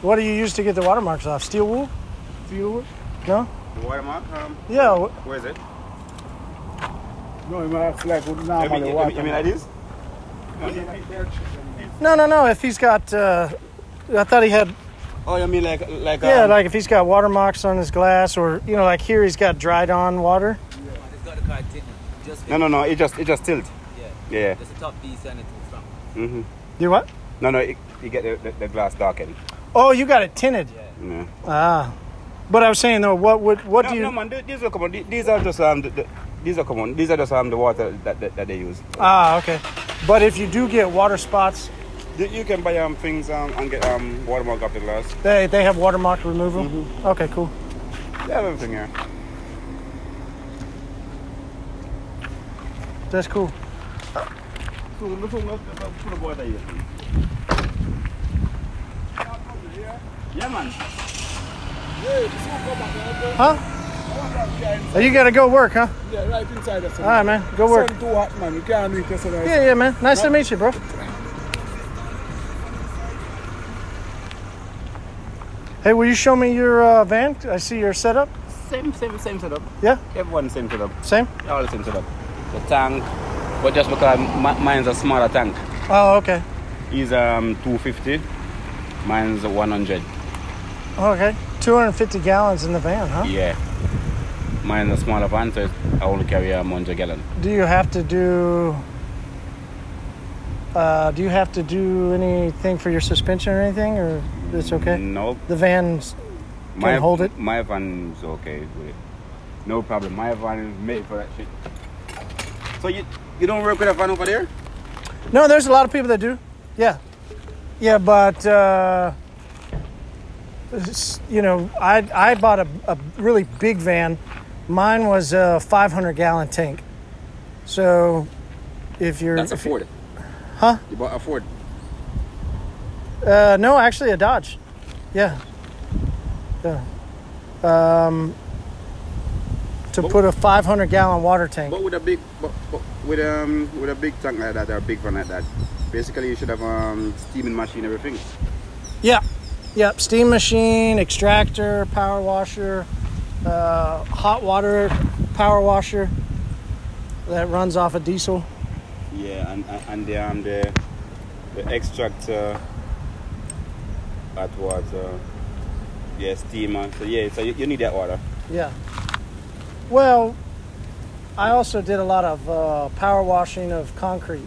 S1: What do you use to get the watermarks off? Steel wool?
S2: Steel wool?
S1: No?
S3: The watermark, um,
S1: Yeah. wh-
S3: where is it?
S2: No, you might have to like with
S3: You mean,
S2: normal
S3: you
S2: water.
S3: mean- you mean like this?
S1: No, no, no. If he's got, uh, I thought he had,
S3: Oh, you mean like like
S1: yeah,
S3: um,
S1: like if he's got watermarks on his glass or, you know, like here he's got dried on water.
S4: It's got the car tint now. Just
S3: No,
S4: fix
S3: no, no. It just it just tilt.
S4: it.
S3: Yeah.
S4: Just the top piece and it's from.
S3: Mm-hmm.
S1: Do what?
S3: No, no. It, you get the, the, the glass darkened.
S1: Oh, you got it tinted.
S4: Yeah.
S3: Yeah.
S1: Ah. But I was saying though, what would, what
S3: No,
S1: do you,
S3: no, man. th- These are common. th- These are just um. The, the, these are common. These are just um the water that, that, that they use.
S1: ah, okay. But if you do get water spots,
S3: You- You can buy um things um and get um watermark off the glass.
S1: they, they have watermark removal?
S3: Mm-hmm.
S1: Okay, cool.
S3: They have everything here.
S1: That's cool.
S3: So the little glass, the little water here. Yeah, man.
S1: Huh? Oh, you gotta go work, huh?
S2: Yeah, right inside the sun.
S1: All right, man. Go work.
S2: Sun too hot, man. You can't do it yesterday.
S1: Yeah, yeah, man. Nice to meet you, bro. Hey, will you show me your uh, van? I see your setup.
S3: Same, same, same setup.
S1: Yeah,
S3: Everyone same setup.
S1: same.
S3: All the same setup. The tank, but just because mi- mine's a smaller tank.
S1: Oh, okay,
S3: He's um 250. Mine's a 100.
S1: okay. Two hundred fifty gallons in the van, huh?
S3: Yeah. Mine's a smaller van, so I only carry um 100 gallon.
S1: Do you have to do? Uh, do you have to do anything for your suspension or anything, or it's okay?
S3: No,
S1: The van's
S3: my
S1: hold it?
S3: My van's okay with it. No problem. My van is made for that shit. So you you don't work with a van over there?
S1: No, there's a lot of people that do. Yeah, yeah, but uh, s- you know, I I bought a, a really big van. Mine was a 500 gallon tank. So, if you're
S3: That's a
S1: if you-
S3: Ford.
S1: Huh?
S3: You bought a Ford.
S1: uh, no, actually a Dodge. Yeah, yeah. Um, to
S3: But-
S1: put a 500 gallon water tank.
S3: But with a big, but, but with um with a big tank like that or a big van like that, basically you should have um steaming machine everything.
S1: Yeah, yep. Steam machine, extractor, power washer, uh, hot water power washer that runs off a diesel.
S3: Yeah, and and- and the um the the extractor that was uh, yeah steamer. So yeah, so you, you need that water.
S1: Yeah. Well, I also did a lot of uh, power washing of concrete.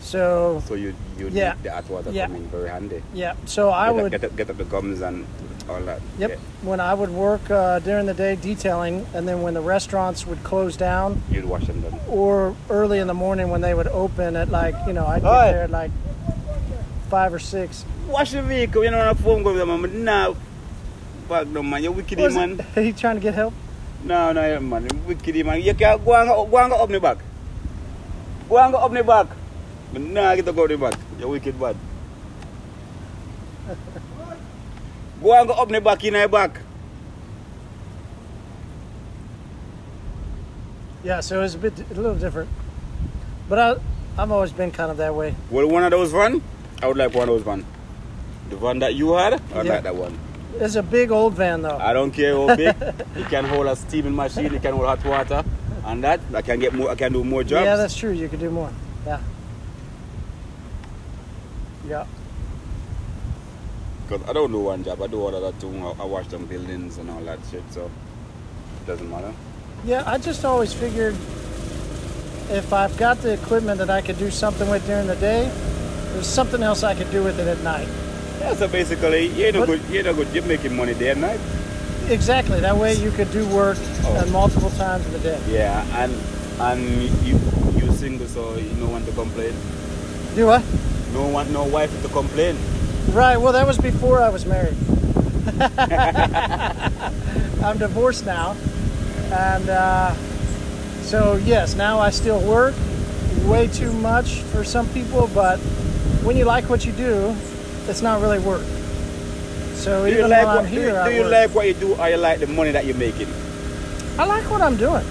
S1: So
S3: So you you
S1: Yeah.
S3: need that water
S1: Yeah.
S3: coming very handy.
S1: yeah, so I
S3: get, up-
S1: would.
S3: get up, get up the gums and all that.
S1: Yep. When I would work uh, during the day detailing, and then when the restaurants would close down,
S3: Yeah, you'd wash them down.
S1: or early in the morning when they would open at like you know I'd get
S3: Oi.
S1: there at like five or six,
S3: Wash the vehicle. You know on a phone call with them, man. Nah, back down, man. You wicked
S1: Was
S3: man.
S1: it- Are you trying to get help?
S3: No, no, yeah, man. Wicked man. You can go and go and go up the back. Go and go up the back. But nah, get to go up the back. You wicked bad. go and go up the back in the back.
S1: Yeah, so it was a bit, a little different. But I, I've always been kind of that way.
S3: Well, one of those van. I would like one of those van. The one that you had, I would
S1: Yeah.
S3: like that one.
S1: It's a big old van though.
S3: I don't care how big. you can hold a steaming machine. You can hold hot water, and that I can get more. I can do more jobs.
S1: yeah, that's true. You could do more. Yeah. Yeah.
S3: Because I don't do one job, I do all of that too. I, I watch them buildings and all that shit, so it doesn't matter.
S1: Yeah, I just always figured if I've got the equipment that I could do something with during the day, there's something else I could do with it at night.
S3: Yeah, so basically, you're no
S1: But-
S3: good. You're no good. You're making money day and night.
S1: Exactly. That way you could do work
S3: Oh.
S1: at multiple times of the day.
S3: Yeah, and and you you single, so you no one to complain.
S1: Do what?
S3: No one, no wife to complain.
S1: Right. Well, that was before I was married. I'm divorced now, and uh, so yes, now I still work way too much for some people. But when you like what you do, it's not really work. So
S3: Do you
S1: even
S3: like
S1: while
S3: what
S1: I'm
S3: do you-
S1: here, I
S3: do you
S1: work.
S3: like what you do or you like the money that you're making?
S1: I like what I'm doing.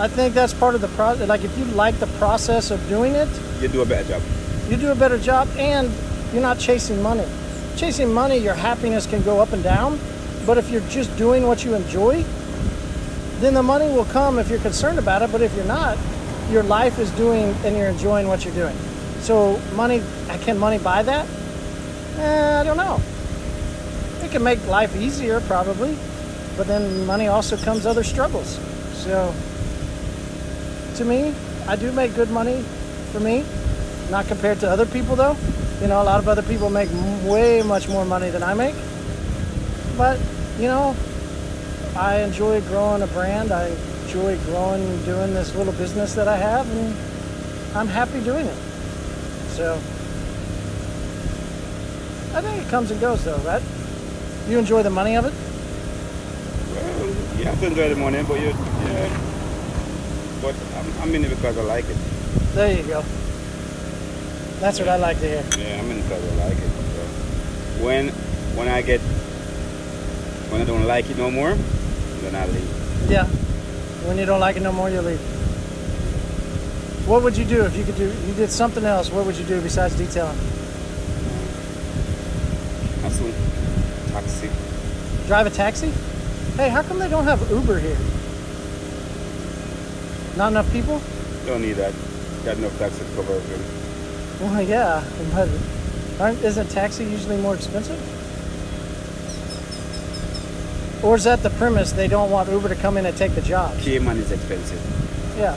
S1: I think that's part of the process. Like if you like the process of doing it,
S3: You do a better job.
S1: you do a better job, and you're not chasing money. Chasing money, your happiness can go up and down. But if you're just doing what you enjoy, then the money will come if you're concerned about it. But if you're not, your life is doing and you're enjoying what you're doing. So money, can money buy that? Eh, I don't know. It can make life easier probably, but then money also comes other struggles. So to me, I do make good money for me, not compared to other people though. You know, a lot of other people make m- way much more money than I make. But, you know, I enjoy growing a brand. I enjoy growing doing this little business that I have, and I'm happy doing it. So I think it comes and goes, though, right? You enjoy the money of it?
S3: Well, you have to enjoy the money, but you, yeah. But I'm, I'm in it because I like it.
S1: There you go. That's what I like to hear.
S3: Yeah, I'm in it because I like it. So when when I get when I don't like it no more, then I leave.
S1: Yeah. When you don't like it no more, you leave. What would you do if you could do you did something else? What would you do besides detailing?
S3: I'm so toxic.
S1: Drive a taxi? Hey, how come they don't have Uber here? Not enough people?
S3: Don't need that. Got enough taxi to cover everything.
S1: Well, yeah, but aren't, isn't taxi usually more expensive? Or is that the premise they don't want Uber to come in and take the job?
S3: Cayman is expensive.
S1: Yeah.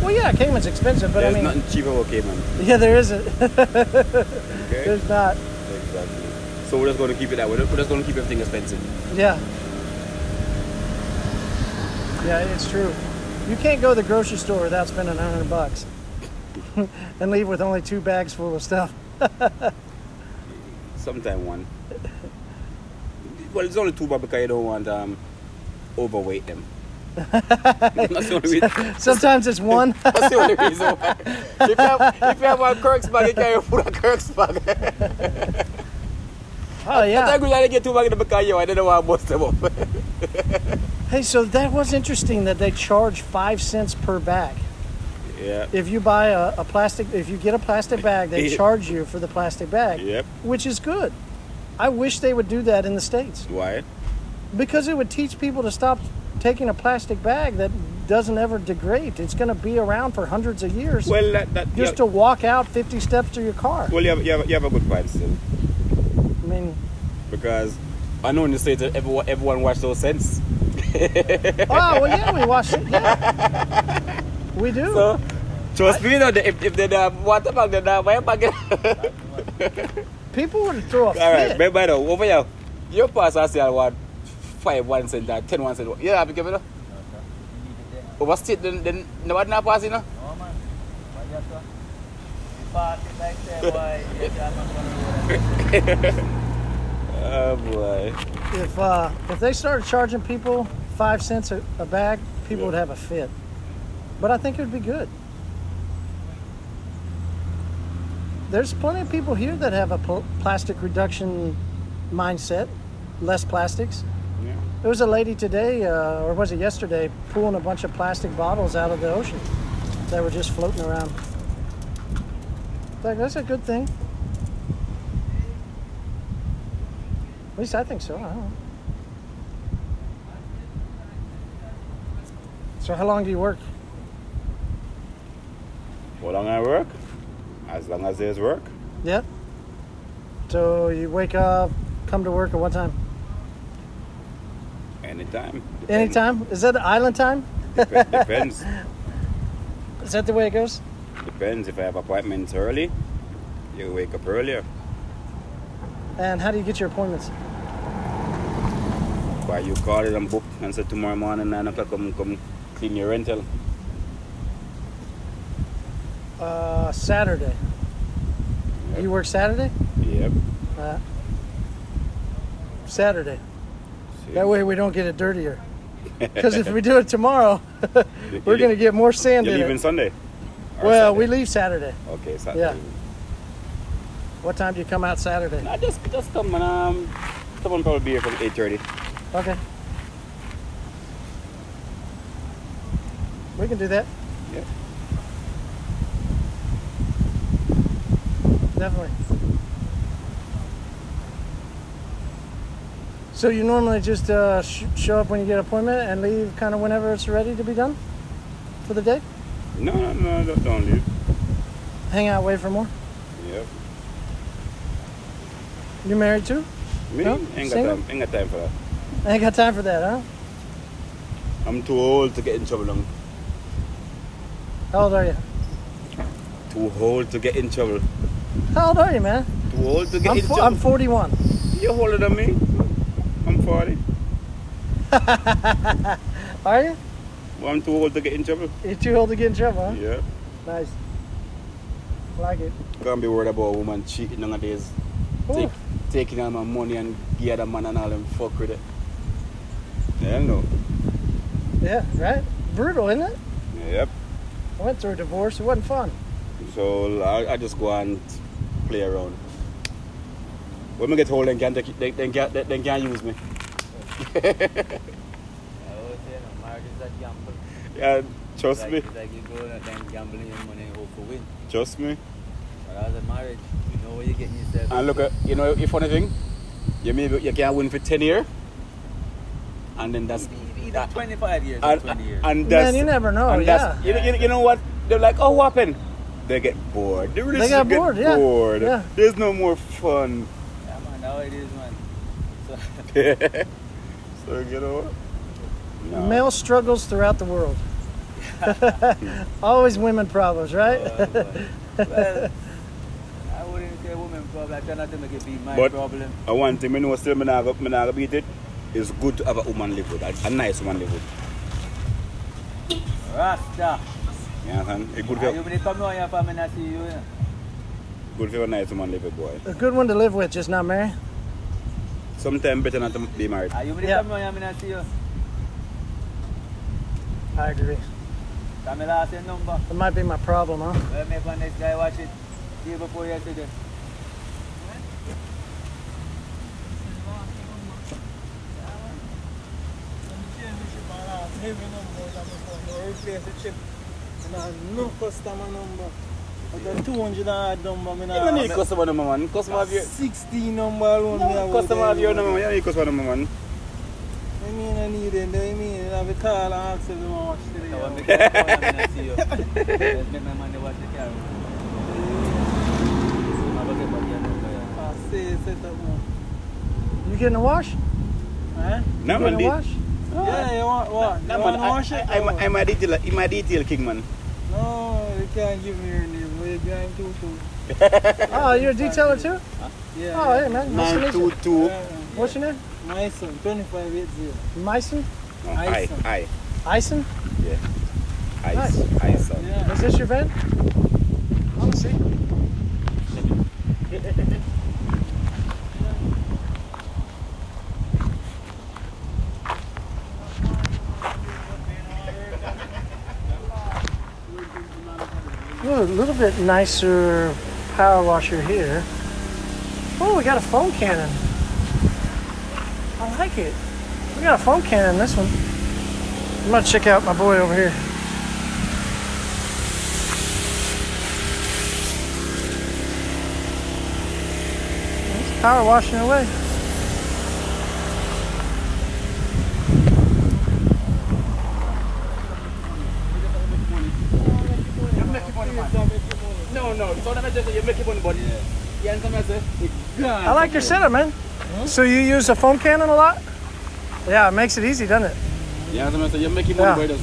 S1: Well, yeah, Cayman's expensive, but
S3: There's
S1: I mean,
S3: nothing cheaper about Cayman.
S1: yeah, there isn't.
S3: Okay.
S1: There's not.
S3: Exactly. So we're just going to keep it that way. We're just going to keep everything expensive.
S1: Yeah. Yeah, it's true. You can't go to the grocery store without spending 100 bucks and leave with only two bags full of stuff.
S3: Sometime one. Well, it's only two bucks because you don't want um overweight them. that's the only reason.
S1: Sometimes it's one.
S3: That's the only reason. Why. If you have, if you have one Kirk's bag, you carry full of Kirk's bag.
S1: Oh,
S3: I
S1: yeah.
S3: agree. I get two bags in the car. I don't know why I bust them up.
S1: Hey, so that was interesting that they charge five cents per bag.
S3: Yeah.
S1: If you buy a, a plastic, if you get a plastic bag, they
S3: Yeah.
S1: charge you for the plastic bag,
S3: Yep.
S1: which is good. I wish they would do that in the States
S3: Why?
S1: because it would teach people to stop taking a plastic bag that doesn't ever degrade. It's going to be around for hundreds of years.
S3: Well, that, that
S1: just to
S3: yeah.
S1: walk out 50 steps to your car.
S3: well, you have, you have you have a good point still
S1: I mean,
S3: because I know in the states that everyone everyone watch those cents.
S1: oh, well, yeah, we watch it. Yeah. We do.
S3: So, trust me, you know, if, if they have water bag, then uh, my bag.
S1: people would throw a
S3: All right,
S1: fit.
S3: but by the way, over here, your pass I say I want five one cent, uh, ten one cent. Yeah, because you know, over state then then no one not pass you know. Oh boy.
S1: If uh, if they started charging people five cents a, a bag, people
S3: Yeah.
S1: would have a fit. But I think it would be good. There's plenty of people here that have a pl- plastic reduction mindset, less plastics.
S3: Yeah.
S1: There was a lady today, uh, or was it yesterday, pulling a bunch of plastic bottles out of the ocean that were just floating around. Like, that's a good thing. At least I think so. I don't know. So, how long do you work?
S3: How long I work? As long as there's work.
S1: Yeah. So, you wake up, come to work at what time?
S3: Anytime. Depend-
S1: Anytime? Is that island time?
S3: Dep- depends.
S1: Is that the way it goes?
S3: Depends. If I have appointments early, you wake up earlier
S1: And how do you get your appointments?
S3: Why you call it and book and say tomorrow morning nine o'clock come come clean your rental.
S1: Uh, Saturday. You work Saturday?
S3: Yep.
S1: Uh, Saturday. That way we don't get it dirtier. Because if we do it tomorrow, we're going to get more sand
S3: You're
S1: in
S3: leaving
S1: it.
S3: Sunday. Or
S1: Well, we
S3: Saturday?
S1: leave Saturday.
S3: Okay, Saturday.
S1: Yeah. What time do you come out Saturday?
S3: I just just come and um, someone probably be here from eight thirty.
S1: Okay. We can do that.
S3: Yep.
S1: Definitely. So you normally just uh, sh- show up when you get an appointment and leave kind of whenever it's ready to be done for the day?
S3: No, no, no, don't, don't leave.
S1: Hang out, wait for more?
S3: Yep.
S1: You married too?
S3: Me
S1: No,
S3: ain't got
S1: single?
S3: time. Ain't got time for that.
S1: I ain't got time for that, huh?
S3: I'm too old to get in trouble. I'm
S1: How old are you?
S3: too old to get in trouble.
S1: How old are you, man?
S3: Too old to get
S1: I'm,
S3: in
S1: fo- I'm
S3: trouble.
S1: 41.
S3: You're older than me. I'm forty.
S1: Are you?
S3: Well, I'm too old to get in trouble.
S1: You're too old to get in trouble, huh?
S3: Yeah.
S1: Nice. Like it.
S3: Can't be worried about a woman cheating nowadays. Take, taking all my money and give the man and all them fuck with it. Hell no.
S1: Yeah, right? Brutal, isn't it?
S3: Yep.
S1: I went through a divorce. It wasn't fun.
S3: So I, I just go and play around. When we get old, they can't, take, they, they, can't, they, they can't use me.
S5: I always say, you know, marriage is a gamble.
S3: Yeah, trust
S5: like,
S3: me.
S5: it's like you go and then gambling your money and hope for win.
S3: Trust me.
S5: But as a marriage, you know what you're getting yourself.
S3: And look, at, you know, if funny thing, you maybe you can win for 10 years, and then that's.
S5: Even- even 25 years or
S3: And,
S5: 20 years.
S3: and that's,
S1: Man, you never know,
S3: and that's-
S5: yeah.
S3: you know- you, know, you know what? They're like, oh, what happened? They get bored. They really
S1: They
S3: should
S1: got
S3: get
S1: bored, yeah.
S3: bored.
S1: Yeah.
S3: There's no more fun.
S5: yeah, man, now it is, man. So,
S3: so, you know what? No.
S1: Male struggles throughout the world. Always women problems, right?
S5: uh, but- well, I wouldn't say women problem. I try not to make it be my
S3: But-
S5: problem.
S3: I want to, I know still, I naga, I naga beat it. It's good to have a woman live with, a, a nice woman live with.
S5: Rasta.
S3: You understand? It's good
S5: And
S3: for,
S5: you when you come down here for me, I see you. Yeah.
S3: good for a nice woman live with, boy.
S1: a good one to live with, just not marry.
S3: Sometimes better not to be married.
S5: And you when you
S1: Yeah.
S5: come down here, I see you.
S1: I agree.
S5: That's my last name number.
S1: That might be my problem, huh?
S5: Well, me for next guy watch it. Day before yesterday.
S1: No customer number. I got 200 odd number. Me
S3: You don't need customer number, man. Customer have your,
S1: 16 number alone.
S3: no, customer have your number, man. You don't need customer number, man.
S1: I mean, I need it. I mean, I have a call and ask them how much
S5: So when me come down here, I see you. Let's make my money watch the car. I'm going to get back here now, so, yeah.
S1: You getting a wash? Huh?
S3: No,
S1: you
S3: man.
S1: getting a
S3: Did,
S1: wash?
S6: Yeah, you want
S3: no,
S6: what? you
S3: man.
S6: want to wash
S3: I,
S6: it?
S3: I, I'm,
S6: or
S3: a- I'm a detail, I'm a detail king, man.
S6: what? No, you can't give me your name. We're going to too.
S1: Oh, you're a detailer too?
S6: Yeah.
S1: Oh,
S6: yeah.
S1: hey, man. Nice to meet you.
S3: 922.
S6: Yeah,
S1: What's your name?
S6: yeah. My son, 2580.
S1: Myson?
S3: No, I,
S6: Ice.
S3: I,
S1: Ison?
S3: yeah. Ice, ice. uh,
S6: Yeah.
S1: Is this your van? Honestly. Ooh, a little bit nicer power washer here. Oh, we got a foam cannon. I like it. We got a foam cannon in this one. I'm gonna check out my boy over here. It's power washing away.
S3: No, no, so that I just you make it on body. Yeah, and sometimes it's gone.
S1: I like your setup, man. So you use a foam cannon a lot? Yeah, it makes it easy, doesn't it?
S3: Yeah, sometimes you make it
S1: Yeah.
S3: on body.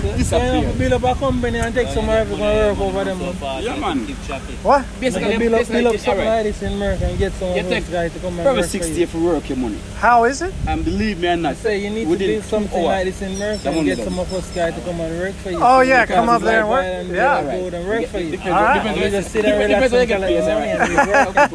S6: Sign up,
S3: Disappear.
S6: build up a company and take some
S5: Oh, Yeah,
S6: of everyone work
S5: money,
S6: over
S5: money
S6: them.
S5: so far,
S3: Yeah,
S5: so
S3: man.
S5: Keep traffic.
S1: What?
S6: Basically, build up, build up something like this in America and get some of
S3: You
S6: those
S3: take
S6: guys to come and
S3: Probably
S6: work for you.
S3: 60 if you work your money.
S1: How is it?
S3: And believe me or not,
S6: Say you need to
S3: within
S6: do something
S3: two hours,
S6: like this in America
S3: Someone
S6: and get
S3: done.
S6: some of us guys to come and work for you.
S1: Oh,
S6: So
S1: yeah,
S6: you can't
S1: come up
S6: just
S1: there and
S6: like
S1: work.
S6: buy
S1: Yeah.
S6: and go and work for you.
S3: Depends,
S5: Ah,
S1: Alright.
S3: depends,
S6: You
S3: where-
S6: just sit and
S3: depends
S6: relax
S3: where you
S6: and
S3: get
S6: tell
S3: paid,
S6: your
S3: all
S6: money
S3: right.
S6: and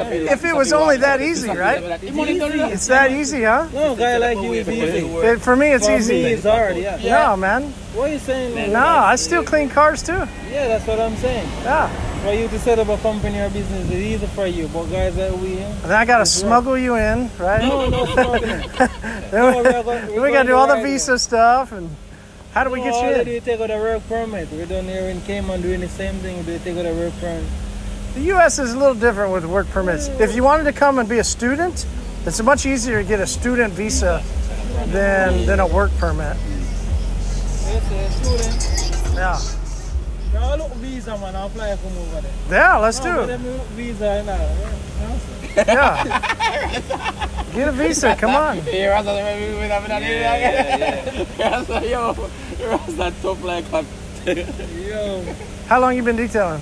S6: you work.
S1: If it was only that easy, right?
S3: If money done,
S1: It's that easy, huh?
S6: No, guy like you is easy.
S1: It- for me, it's
S6: For me,
S1: easy.
S6: it's hard, yeah.
S1: Yeah. No, man.
S5: What are you saying? like
S1: No,
S5: that?
S1: I still clean cars too.
S5: Yeah, that's what I'm saying.
S1: Yeah.
S5: For you to set up a company or business is easy for you, but guys that we here.
S1: And then I gotta smuggle you in, right?
S5: No, no, fuck it.
S1: Then we-
S5: we are
S1: then
S5: going- we're
S1: we
S5: going
S1: gotta do all the
S5: right
S1: visa stuff and how do we
S5: No, all
S1: get
S5: they
S1: you
S5: do
S1: in?
S5: is take out a work permit. We're down here in Cayman doing the same thing. They take out a work permit.
S1: The US is a little different with work permits. If you wanted to come and be a student, it's much easier to get a student visa than than a work permit.
S5: Yes, yes, student.
S1: Yeah.
S5: Now look visa, man. I apply for move over there.
S1: Yeah, let's do
S5: No,
S1: it.
S5: let me look visa and all. Yeah, no, sir.
S1: Yeah. Get a visa, come on.
S4: Yeah, Rasta, we we have that yeah, yeah. Rasta, yo, Rasta tough like a
S5: Yo,
S1: How long you been detailing?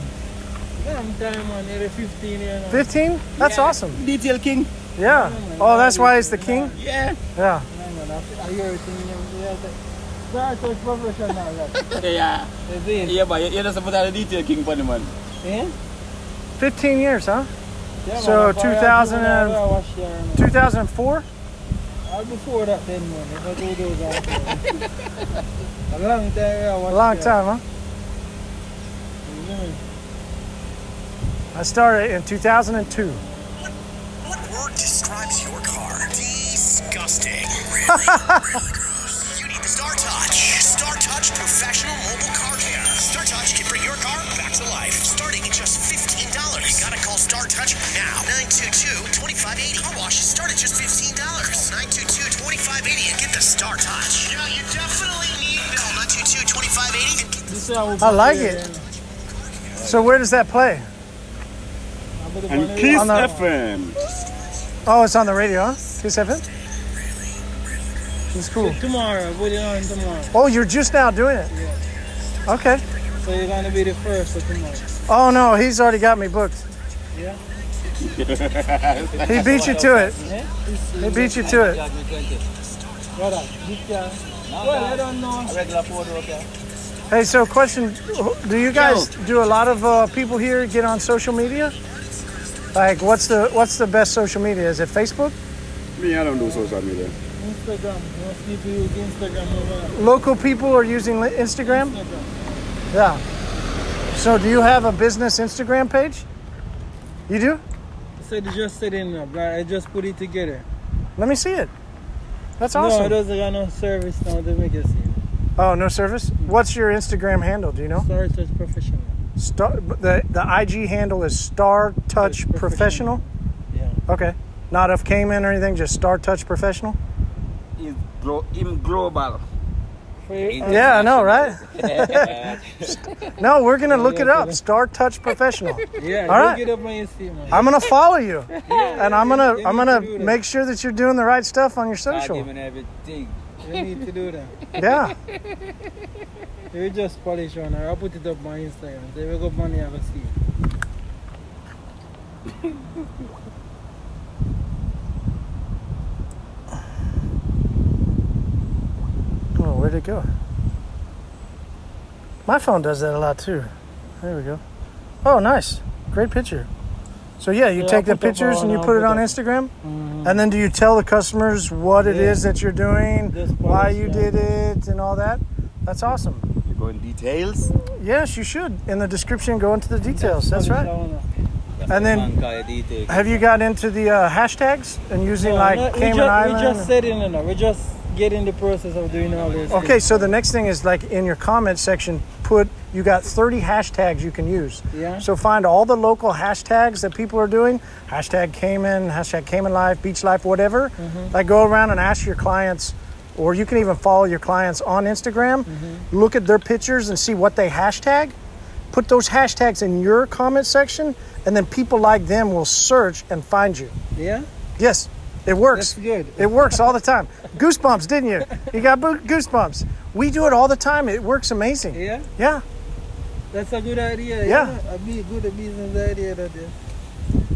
S5: damn time, man. Nearly 15 years now.
S1: 15? That's awesome.
S4: detail king.
S1: Yeah. Oh, that's why it's the king?
S4: Yeah.
S1: Yeah.
S5: No, man. I- I hear it in you. Yeah, that- Start with professional. that.
S4: Yeah.
S5: That's it.
S4: Yeah, but you're not supposed to have a detail king for the man.
S5: Yeah?
S1: 15 years, huh?
S5: Yeah,
S1: So,
S5: man, if I had
S1: 2000
S5: known, I
S1: and-
S5: would have washed your hand.
S1: 2004?
S5: All before that then man, if I do those out there. A long time I
S1: A
S5: was
S1: long
S5: there.
S1: time,
S5: You know,
S1: huh? I started in 2002.
S7: What word describes your car? Disgusting. you need the Star Touch. Star Touch Professional Mobile Car Care. Star Touch can bring your car back to life. Starting at just $15. You gotta call Star Touch now. 922-2580. Car washes start at just $15. Call 922-2580 and get the Star Touch. Yeah, you definitely need it. Call 922-2580 and get
S5: this is how we
S1: I like
S5: prepare
S1: it.
S5: them.
S1: So where does that play?
S5: I put it on the
S3: And Kiss
S1: On the-
S3: FM.
S1: Oh, it's on the radio, huh? Kiss FM? It's cool.
S5: Tomorrow, put it on tomorrow.
S1: Oh, you're just now doing it? Okay.
S5: So you're gonna be the first of tomorrow.
S1: Oh, no, he's already got me booked.
S5: Yeah.
S1: He beat you to it.
S5: Yeah?
S1: He beat you to it.
S5: What up? This guy. Well, I don't know.
S4: Regular four door, okay?
S1: Hey, so question: Do you guys do a lot of uh, people here get on social media? Like, what's the what's the best social media? Is it Facebook?
S3: Me, I don't do social media.
S5: Instagram. Most people use Instagram over
S1: Local people are using li- Instagram.
S5: Instagram.
S1: Yeah. So, do you have a business Instagram page? You do?
S5: So it just sitting up, right? I just put it together.
S1: Let me see it. That's
S5: No, it
S1: awesome.
S5: doesn't got no service now to make it see.
S1: oh, no service. What's your Instagram handle? Do you know?
S5: Sorry, touch professional.
S1: Star. The the IG handle is Star Touch
S5: Touch
S1: Professional.
S5: Professional. Yeah.
S1: Okay. Not of Cayman or anything. Just Star Touch Professional.
S4: Is glo- im global.
S5: For you,
S1: Yeah, I know, right? no, we're gonna look it up. Star Touch Professional.
S5: yeah,
S1: All right.
S5: look it up when you see, man.
S1: I'm gonna follow you, and I'm gonna
S5: you
S1: I'm
S5: need
S1: gonna
S5: to do that.
S1: make sure that you're doing the right stuff on your social.
S4: everything.
S5: You need to do that.
S1: Yeah,
S5: You just polish on her. I'll put it up on Instagram. They will go money I will see.
S1: oh, where'd it go? My phone does that a lot too. There we go. Oh, nice, great picture. So yeah, you
S5: Yeah,
S1: take
S5: I'll
S1: the
S5: put that
S1: pictures
S5: on,
S1: and you
S5: I'll
S1: put it
S5: put
S1: on
S5: that-
S1: Instagram, and then do you tell the customers what it
S5: Yeah.
S1: is that you're doing,
S5: Just
S1: why
S5: polish,
S1: you
S5: yeah.
S1: did it, and all that? That's awesome.
S3: You go in details?
S1: Yes, you should. In the description, go into the details. That's right. And then, have you got into the uh, hashtags and using like
S5: no, we,
S1: Cayman
S5: just, we
S1: Island?
S5: just said it now. We're just getting the process of doing all this.
S1: okay, so the next thing is like in your comment section, put you got 30 hashtags you can use.
S5: Yeah.
S1: So find all the local hashtags that people are doing hashtag Cayman, hashtag Cayman Life, Beach Life, whatever.
S5: Mm-hmm.
S1: Like go around and ask your clients, or you can even follow your clients on Instagram,
S5: Mm-hmm.
S1: look at their pictures and see what they hashtag. Put those hashtags in your comment section, and then people like them will search and find you.
S5: Yeah?
S1: Yes, it works.
S5: That's good.
S1: It works all the time. goosebumps, didn't you? You got boo- goosebumps. We do it all the time. It works amazing.
S5: Yeah?
S1: Yeah.
S5: That's a good idea.
S1: Yeah.
S5: A be good business idea that is.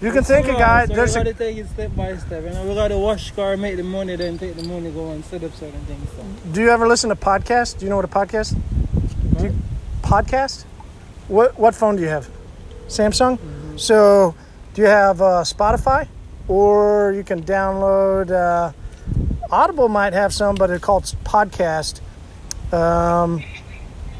S1: You can thank a guy. There's
S5: we
S1: a,
S5: gotta take it step by step. You know? We gotta wash car, make the money, then take the money, go and set up certain things. So.
S1: do you ever listen to podcasts? Do you know what a podcast? Do you, podcast? What what phone do you have? Samsung.
S5: Mm-hmm.
S1: So, do you have uh, Spotify, or you can download uh, Audible might have some, but it's called podcast. Um,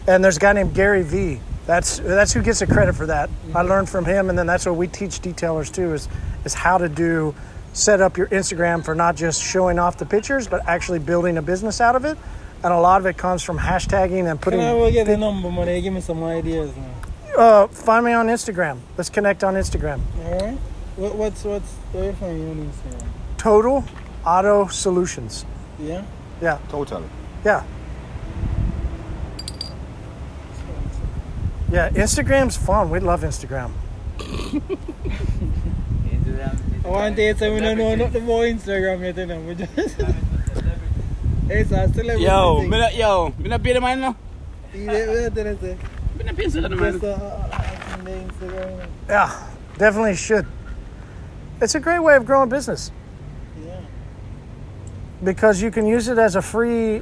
S1: and there's a guy named Gary V. That's that's who gets the credit for that. I
S5: Mm-hmm.
S1: learned from him, and then that's what we teach detailers too is is how to do set up your Instagram for not just showing off the pictures, but actually building a business out of it. And a lot of it comes from hashtagging and putting.
S5: Can I will get the number, man? They Give me some ideas, man.
S1: Uh, find me on Instagram. Let's connect on Instagram.
S5: All right. What, what's what's where you from? You on Instagram?
S1: Total Auto Solutions.
S5: Yeah.
S3: Totally.
S1: Yeah. Yeah, Instagram's fun. We love Instagram.
S5: I want to say we don't know nothing about Instagram yet, you know. We just it's a celebrity.
S3: Yo,
S5: thing.
S3: me not, yo, me not pay the man now.
S5: You get what I'm trying to say?
S3: Me not pay the man.
S5: Just uh, uh, uh, the Instagram.
S1: Yeah, definitely should. It's a great way of growing business
S5: Yeah.
S1: because you can use it as a free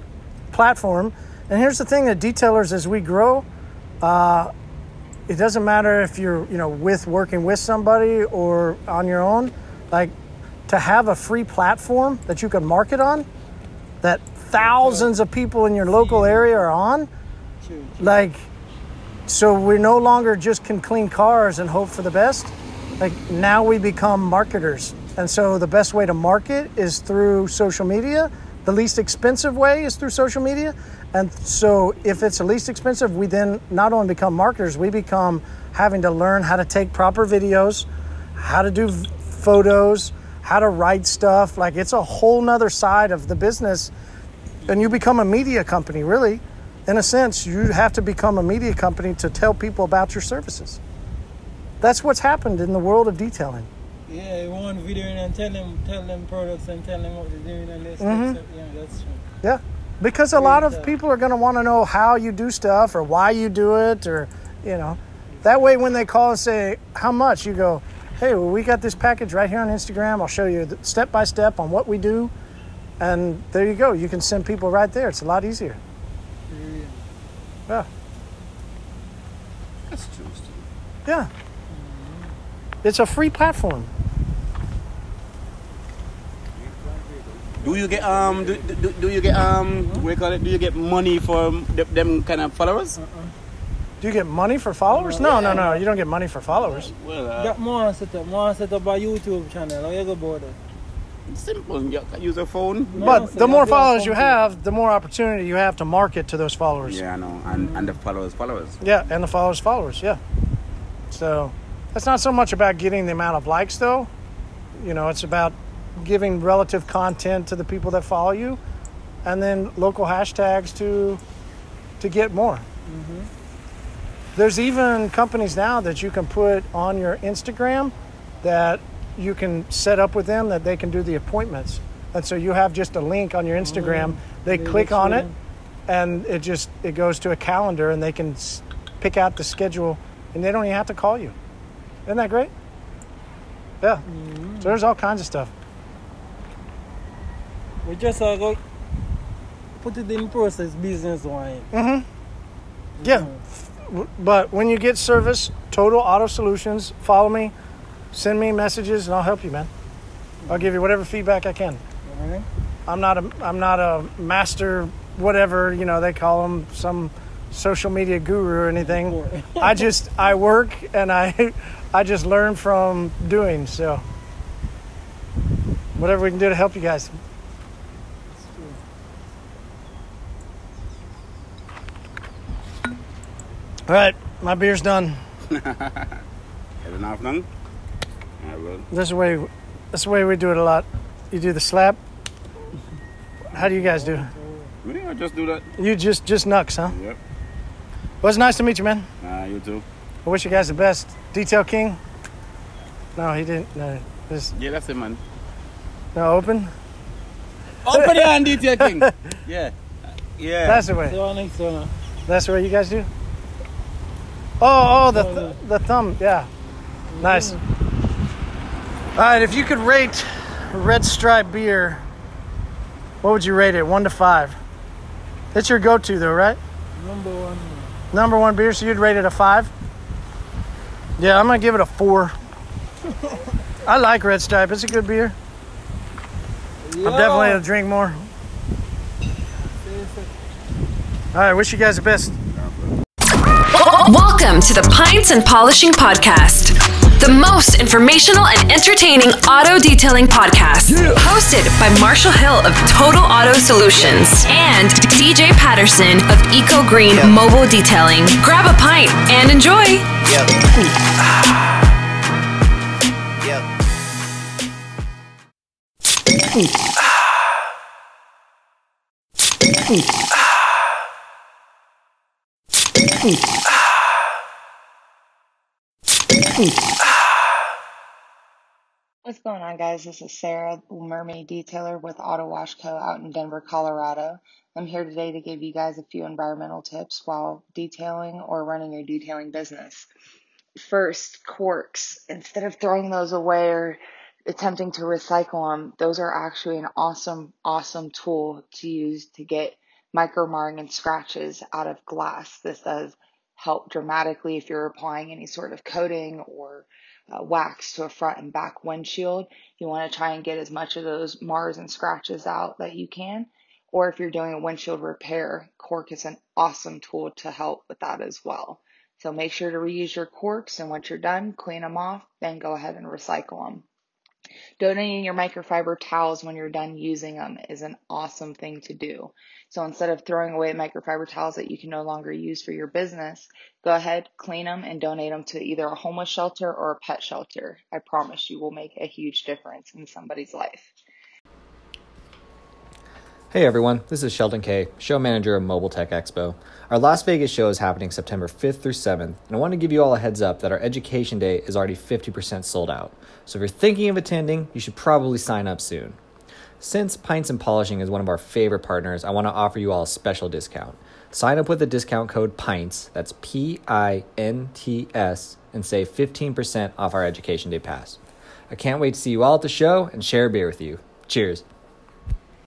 S1: platform. And here's the thing that detailers, as we grow, uh, it doesn't matter if you're, you know, with working with somebody or on your own. Like to have a free platform that you can market on, that thousands of people in your local area are on.
S5: True.
S1: like so we're no longer just can clean cars and hope for the best like now we become marketers and so the best way to market is through social media the least expensive way is through social media and so if it's the least expensive we then not only become marketers we become having to learn how to take proper videos how to do v- photos how to write stuff like it's a whole nother side of the business and you become a media company really in a sense you have to become a media company to tell people about your services that's what's happened in the world of detailing
S5: Yeah, you want video in and tell them, tell them products and tell them what they're doing and this.
S3: Mm-hmm.
S5: Yeah, that's true.
S1: yeah because a lot of people are going to want to know how you do stuff or why you do it or you know that way when they call and say how much you go hey well, we got this package right here on instagram i'll show you the step by step on what we do and there you go you can send people right there it's a lot easier
S5: Really.
S3: That's true. Steve.
S1: Yeah. It's a free platform.
S3: Do you get um do, do, do you get um what you call it? Do you get money for th- them kind of followers?
S1: Do you get money for followers? No, no, no. You don't get money for followers.
S3: Well, uh,
S5: Got more set up, more set up by YouTube channel. How you go about that?
S3: simple. You can use a phone.
S5: No,
S1: But
S5: so
S1: the more
S5: that's your
S1: followers you
S5: phone.
S1: have, the more opportunity you have to market to those followers.
S3: Yeah, I know. And and the followers, followers.
S1: Yeah, and the followers, followers. Yeah. So that's not so much about getting the amount of likes, though. You know, it's about giving relative content to the people that follow you, and then local hashtags to to get more.
S5: Mm-hmm.
S1: There's even companies now that you can put on your Instagram that you can set up with them that they can do the appointments. And so you have just a link on your Instagram. They
S5: Mm-hmm. They
S1: click
S5: let
S1: on
S5: you
S1: it
S5: in.
S1: and it just it goes to a calendar and they can s- pick out the schedule and they don't even have to call you. Isn't that great? Yeah. So there's all kinds of stuff.
S5: We just uh, go put it in process business wise.
S1: Yeah. W- But when you get service, Total Auto Solutions, follow me, send me messages, and I'll help you, man. I'll give you whatever feedback I can.
S5: Alright?
S1: I'm not a I'm not a master whatever you know they call them some social media guru or anything. I just I work and I I just learn from doing so. Whatever we can do to help you guys. All right, my beer's done.
S3: Is it not long? I will.
S1: This is the way this is the way we do it a lot. You do the slap. How do you guys do?
S3: Really? I just do that.
S1: You just just nucks, huh?
S3: Yep.
S1: Well, it's nice to meet you, man.
S3: Uh, you too.
S1: I wish you guys the best. Detail King. No, he didn't. No, this
S3: Yeah, that's it, man.
S1: no open.
S3: Open your hand, DT King. Yeah. Yeah.
S1: That's the way.
S5: So our next one. uh,
S1: That's the way you guys do. Oh, oh, the th- the thumb. Yeah, nice. All right, if you could rate Red Stripe beer, what would you rate it? One to five. It's your go-to though, right?
S5: Number one.
S1: Number one beer, so you'd rate it a five. Yeah, I'm gonna give it a four. I like Red Stripe. It's a good beer. I'm definitely gonna drink more. All right, wish you guys the best.
S8: Welcome to the Pints and Polishing Podcast, the most informational and entertaining auto detailing podcast. Hosted by Marshall Hill of Total Auto Solutions and DJ Patterson of Eco Green Mobile Detailing. Grab a pint and enjoy.
S7: Yep. yep.
S9: What's going on, guys? This is Sarah, the Mermaid Detailer with Auto Wash Co. out in Denver, Colorado. I'm here today to give you guys a few environmental tips while detailing or running your detailing business. First, corks. Instead of throwing those away or attempting to recycle them, those are actually an awesome, awesome tool to use to get micro marring and scratches out of glass. This does help dramatically if you're applying any sort of coating or uh, wax to a front and back windshield. You want to try and get as much of those mars and scratches out that you can. Or if you're doing a windshield repair, cork is an awesome tool to help with that as well. So make sure to reuse your corks, and once you're done, clean them off, then go ahead and recycle them. Donating your microfiber towels when you're done using them is an awesome thing to do. So instead of throwing away microfiber towels that you can no longer use for your business, go ahead, clean them, and donate them to either a homeless shelter or a pet shelter. I promise you will make a huge difference in somebody's life.
S6: Hey everyone, this is Sheldon Kay, show manager of Mobile Tech Expo. Our Las Vegas show is happening September 5th through 7th, and I want to give you all a heads up that our education day is already 50% sold out. So if you're thinking of attending, you should probably sign up soon. Since Pints and Polishing is one of our favorite partners, I want to offer you all a special discount. Sign up with the discount code PINTS, that's P I N T S, and save 15% off our education day pass. I can't wait to see you all at the show and share a beer with you. Cheers.